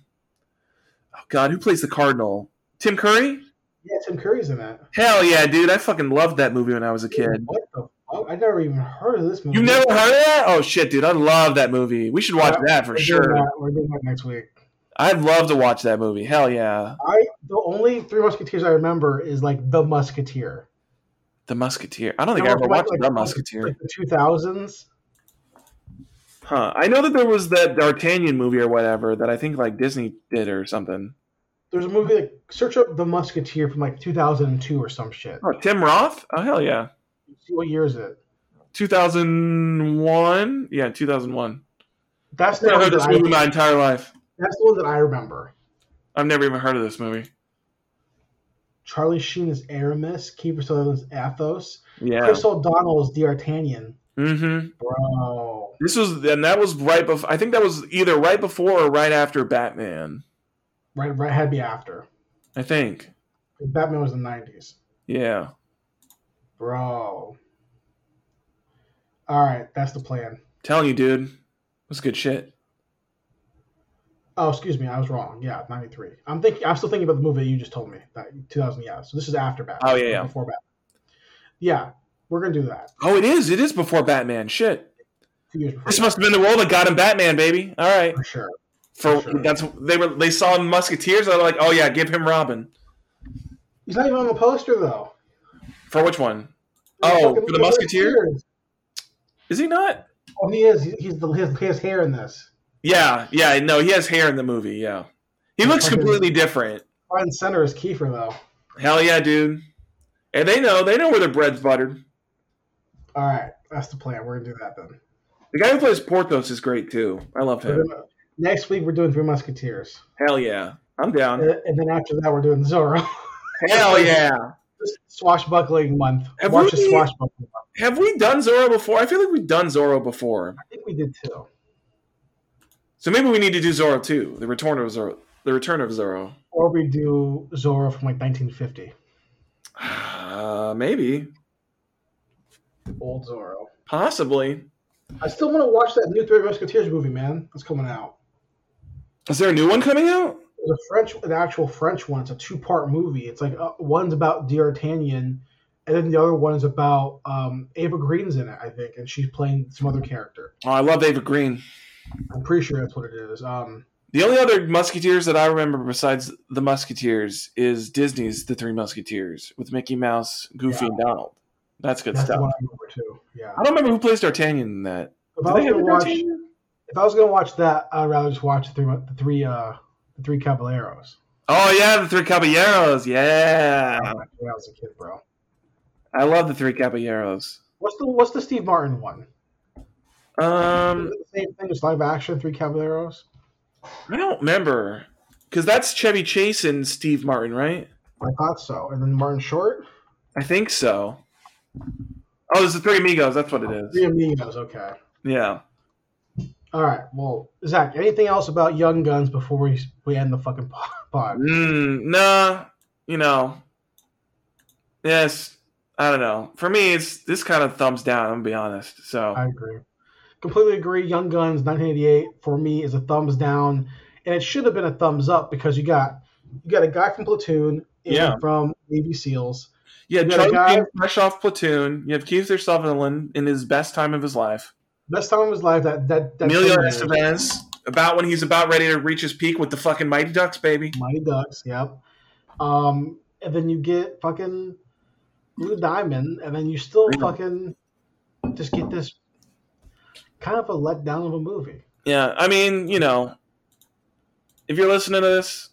[SPEAKER 8] oh god who plays the Cardinal? Tim Curry.
[SPEAKER 7] Yeah, Tim Curry's in that.
[SPEAKER 8] Hell yeah, dude. I fucking loved that movie when I was a kid.
[SPEAKER 7] What the fuck? I never even heard of this movie.
[SPEAKER 8] You never heard of that? Oh shit, dude. I love that movie. We should watch
[SPEAKER 7] Yeah,
[SPEAKER 8] that for
[SPEAKER 7] We're doing
[SPEAKER 8] sure.
[SPEAKER 7] that- We're doing that next week.
[SPEAKER 8] I'd love to watch that movie. Hell yeah.
[SPEAKER 7] I the only Three Musketeers I remember is like The Musketeer.
[SPEAKER 8] The Musketeer. I don't think I ever watched The Musketeer.
[SPEAKER 7] Like the two thousands.
[SPEAKER 8] Huh. I know that there was that D'Artagnan movie or whatever that I think like Disney did or something.
[SPEAKER 7] There's a movie like search up The Musketeer from like 2002 or some shit.
[SPEAKER 8] Oh, Tim Roth? Oh hell yeah.
[SPEAKER 7] See what year is it?
[SPEAKER 8] 2001 yeah 2001
[SPEAKER 7] That's
[SPEAKER 8] i've
[SPEAKER 7] the
[SPEAKER 8] never
[SPEAKER 7] one
[SPEAKER 8] heard of
[SPEAKER 7] that
[SPEAKER 8] this movie
[SPEAKER 7] I,
[SPEAKER 8] my entire life
[SPEAKER 7] that's the one that I remember.
[SPEAKER 8] i've never even heard of this movie
[SPEAKER 7] Charlie Sheen is Aramis. Kiefer Sutherland's Athos.
[SPEAKER 8] yeah
[SPEAKER 7] Chris O'Donnell is D'Artagnan.
[SPEAKER 8] hmm
[SPEAKER 7] Bro,
[SPEAKER 8] this was and that was right before i think that was either right before or right after batman
[SPEAKER 7] right, right, had to be after.
[SPEAKER 8] i think
[SPEAKER 7] Batman was in the 90s.
[SPEAKER 8] yeah
[SPEAKER 7] Bro. All right, that's the plan.
[SPEAKER 8] telling you dude it was good shit
[SPEAKER 7] Oh, excuse me, I was wrong. Yeah, ninety three. I'm thinking. I'm still thinking about the movie that you just told me. That two thousand. Yeah. So this is after Batman.
[SPEAKER 8] Oh, yeah, yeah.
[SPEAKER 7] Before Batman. Yeah, we're gonna do that.
[SPEAKER 8] oh it is it is before batman shit
[SPEAKER 7] Two years before
[SPEAKER 8] this must have been the role that got him batman baby all right
[SPEAKER 7] for sure.
[SPEAKER 8] for
[SPEAKER 7] Sure.
[SPEAKER 8] that's they were they saw musketeers they're like oh yeah give him robin
[SPEAKER 7] He's not even on the poster though.
[SPEAKER 8] for which one Oh,
[SPEAKER 7] Fucking
[SPEAKER 8] for the
[SPEAKER 7] look at his
[SPEAKER 8] Musketeer?
[SPEAKER 7] ears.
[SPEAKER 8] is he not
[SPEAKER 7] Oh, he is. He- He's the his, his hair in this.
[SPEAKER 8] Yeah, yeah, no, he has hair in the movie. Yeah, he looks
[SPEAKER 7] Fucking-
[SPEAKER 8] completely different.
[SPEAKER 7] Front and center is Kiefer though.
[SPEAKER 8] Hell yeah, dude. And they know they know where their bread's buttered.
[SPEAKER 7] All right, that's the plan. We're gonna do that then.
[SPEAKER 8] The guy who plays Porthos is great too. I love
[SPEAKER 7] We're
[SPEAKER 8] him.
[SPEAKER 7] gonna- next week we're doing Three Musketeers,
[SPEAKER 8] Hell yeah, I'm down.
[SPEAKER 7] and, and then after that we're doing Zorro.
[SPEAKER 8] Hell yeah.
[SPEAKER 7] swashbuckling month.
[SPEAKER 8] Have
[SPEAKER 7] Watch
[SPEAKER 8] we-
[SPEAKER 7] the swashbuckling. Month.
[SPEAKER 8] Have we done Zorro before? I feel like we've done Zorro before.
[SPEAKER 7] I think we did too.
[SPEAKER 8] So maybe we need to do Zorro too. The return of Zorro. The return of Zorro.
[SPEAKER 7] or we do Zorro from like 1950,
[SPEAKER 8] Uh, maybe,
[SPEAKER 7] old Zorro.
[SPEAKER 8] possibly.
[SPEAKER 7] I still want to watch that new Three Musketeers movie, man. That's coming out.
[SPEAKER 8] Is there a new one coming out?
[SPEAKER 7] There's a French, an actual French one. It's a two-part movie. It's like uh, one's about D'Artagnan, and then the other one's about um, Ava Green's in it, I think, and she's playing some other character.
[SPEAKER 8] Oh, I love David Green.
[SPEAKER 7] I'm pretty sure that's what it is. Um,
[SPEAKER 8] The only other Musketeers that I remember besides the Musketeers is Disney's The Three Musketeers with Mickey Mouse, Goofy, and Donald. That's good
[SPEAKER 7] that's the
[SPEAKER 8] stuff.
[SPEAKER 7] one I remember too. Yeah.
[SPEAKER 8] I don't remember who plays D'Artagnan in that.
[SPEAKER 7] If
[SPEAKER 8] Do
[SPEAKER 7] I
[SPEAKER 8] they
[SPEAKER 7] was
[SPEAKER 8] have
[SPEAKER 7] gonna
[SPEAKER 8] a
[SPEAKER 7] watch,
[SPEAKER 8] D'Artagnan?
[SPEAKER 7] if I was gonna watch that, I'd rather just watch the three, the three, uh, the three Caballeros.
[SPEAKER 8] Oh yeah, the Three Caballeros. Yeah,
[SPEAKER 7] When I was a kid, bro.
[SPEAKER 8] I love the Three Caballeros.
[SPEAKER 7] What's the What's the Steve Martin one?
[SPEAKER 8] Um,
[SPEAKER 7] Is it the same thing as live action Three Caballeros?
[SPEAKER 8] I don't remember. because that's Chevy Chase and Steve Martin, right?
[SPEAKER 7] I thought so. And then Martin Short,
[SPEAKER 8] I think so. Oh, there's the Three Amigos. That's what it is.
[SPEAKER 7] Three Amigos. Okay.
[SPEAKER 8] Yeah.
[SPEAKER 7] All right. Well, Zach, anything else about Young Guns before we we end the fucking po- pod?
[SPEAKER 8] Mm, nah. You know. Yes. I don't know. For me, it's this kind of thumbs down. I'm gonna be honest. So
[SPEAKER 7] I agree. Completely agree. Young Guns 1988 for me is a thumbs down, and it should have been a thumbs up because you got you got a guy from Platoon, and
[SPEAKER 8] Yeah.
[SPEAKER 7] from Navy SEALs.
[SPEAKER 8] yeah,
[SPEAKER 7] You got a
[SPEAKER 8] Charlie
[SPEAKER 7] guy-
[SPEAKER 8] Sheen fresh off platoon. You have Keith Sutherland in his best time of his life.
[SPEAKER 7] Best time of his life. That that that
[SPEAKER 8] Emilio
[SPEAKER 7] that-
[SPEAKER 8] Estevez about when he's about ready to reach his peak with the fucking Mighty Ducks, baby.
[SPEAKER 7] Mighty Ducks. Yep. Um, and then you get fucking Blue Diamond, and then you still fucking just get this kind of a letdown of a movie.
[SPEAKER 8] Yeah, I mean, you know, if you're listening to this,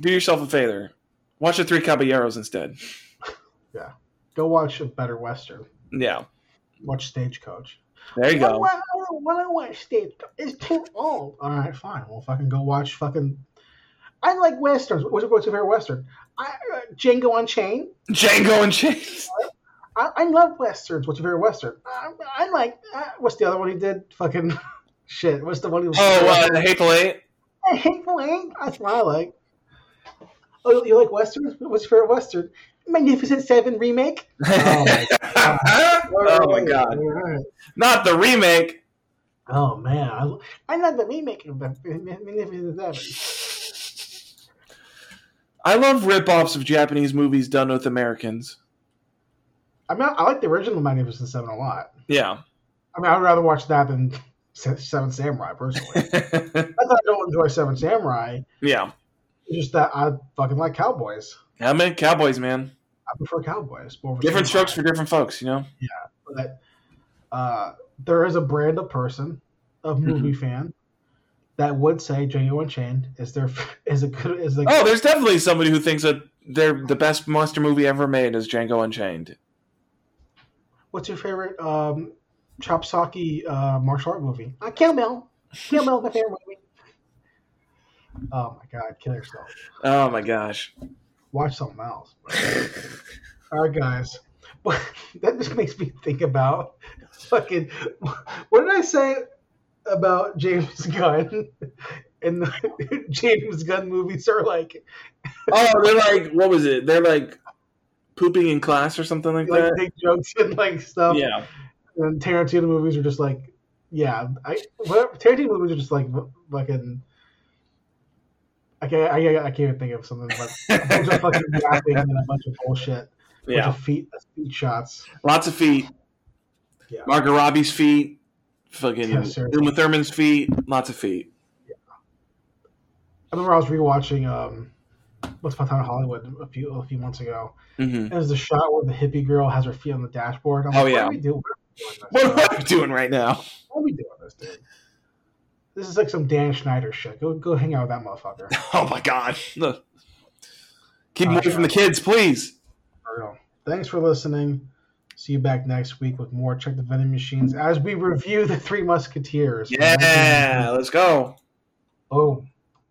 [SPEAKER 8] do yourself a favor. Watch the Three Caballeros instead.
[SPEAKER 7] Go watch a better western.
[SPEAKER 8] Yeah,
[SPEAKER 7] Watch Stagecoach.
[SPEAKER 8] there you
[SPEAKER 7] I don't
[SPEAKER 8] go.
[SPEAKER 7] want, I don't want to watch Stagecoach. It's too old. All right, fine. We'll fucking go watch fucking. I like westerns. What's your, what's your favorite western? I, uh, Django Unchained.
[SPEAKER 8] Django and Chase.
[SPEAKER 7] I, I love westerns. What's your favorite western? I, I like. Uh, what's the other one he did? Fucking shit. What's the one he was?
[SPEAKER 8] Oh, uh, the Hateful Eight.
[SPEAKER 7] I hate Wayne. That's what I like. Oh, you- you like westerns? What's your favorite western? Magnificent Seven remake. Oh my god!
[SPEAKER 8] oh my god!
[SPEAKER 7] Alright.
[SPEAKER 8] Not the remake.
[SPEAKER 7] Oh man, I, I love the remake of the Magnificent Seven.
[SPEAKER 8] I love rip-offs of Japanese movies done with Americans.
[SPEAKER 7] I mean, I, like the original Magnificent Seven a lot.
[SPEAKER 8] Yeah.
[SPEAKER 7] I mean, I'd rather watch that than Se- Seven Samurai personally. Not that I don't enjoy Seven Samurai.
[SPEAKER 8] yeah.
[SPEAKER 7] It's just that I fucking like cowboys.
[SPEAKER 8] How many cowboys, man?
[SPEAKER 7] I prefer cowboys. over
[SPEAKER 8] Different
[SPEAKER 7] samurai.
[SPEAKER 8] strokes for different folks, you know?
[SPEAKER 7] but uh, there is a brand of person, of
[SPEAKER 8] Mm-hmm.
[SPEAKER 7] movie fan, that would say Django Unchained is their is a good is a
[SPEAKER 8] Oh, there's definitely somebody who thinks that they're the best monster movie ever made is Django Unchained.
[SPEAKER 7] what's your favorite um, chop socky uh, martial art movie? Uh, Kill Bill. Kill Bill, my favorite movie. Oh my god, kill yourself.
[SPEAKER 8] Oh my gosh.
[SPEAKER 7] Watch something else. All right, guys. But that just makes me think about fucking. What did I say about James Gunn? And the James Gunn movies are like,
[SPEAKER 8] Oh, they're like what was it? They're like pooping in class or something like
[SPEAKER 7] like
[SPEAKER 8] that.
[SPEAKER 7] big jokes and like stuff.
[SPEAKER 8] Yeah.
[SPEAKER 7] And Tarantino movies are just like, yeah, I what Tarantino movies are just like fucking. I can't, I, I can't even think of something but a bunch of fucking yapping and a bunch of bullshit, a
[SPEAKER 8] Yeah.
[SPEAKER 7] bunch of feet, feet shots.
[SPEAKER 8] Lots of feet.
[SPEAKER 7] Yeah.
[SPEAKER 8] Margot Robbie's feet. Fucking
[SPEAKER 7] Yeah, sure.
[SPEAKER 8] Uma Thurman's feet. Lots of feet.
[SPEAKER 7] I remember I was rewatching um, Once Upon a Time in Hollywood a few a few months ago.
[SPEAKER 8] Mm-hmm.
[SPEAKER 7] And there's the shot where the hippie girl has her feet on the dashboard. I'm
[SPEAKER 8] Oh,
[SPEAKER 7] like,
[SPEAKER 8] yeah.
[SPEAKER 7] What are we doing? What
[SPEAKER 8] What,
[SPEAKER 7] are we doing this,
[SPEAKER 8] what are we doing right now?
[SPEAKER 7] What are we doing this, dude? This is like some Dan Schneider shit. Go go hang out with that motherfucker.
[SPEAKER 8] Oh my god. Look. Keep 'em
[SPEAKER 7] Oh,
[SPEAKER 8] away from the kids, please.
[SPEAKER 7] For real. Thanks for listening. See you back next week with more Check the Vending Machines as we review the Three Musketeers.
[SPEAKER 8] Yeah, let's go.
[SPEAKER 7] Oh.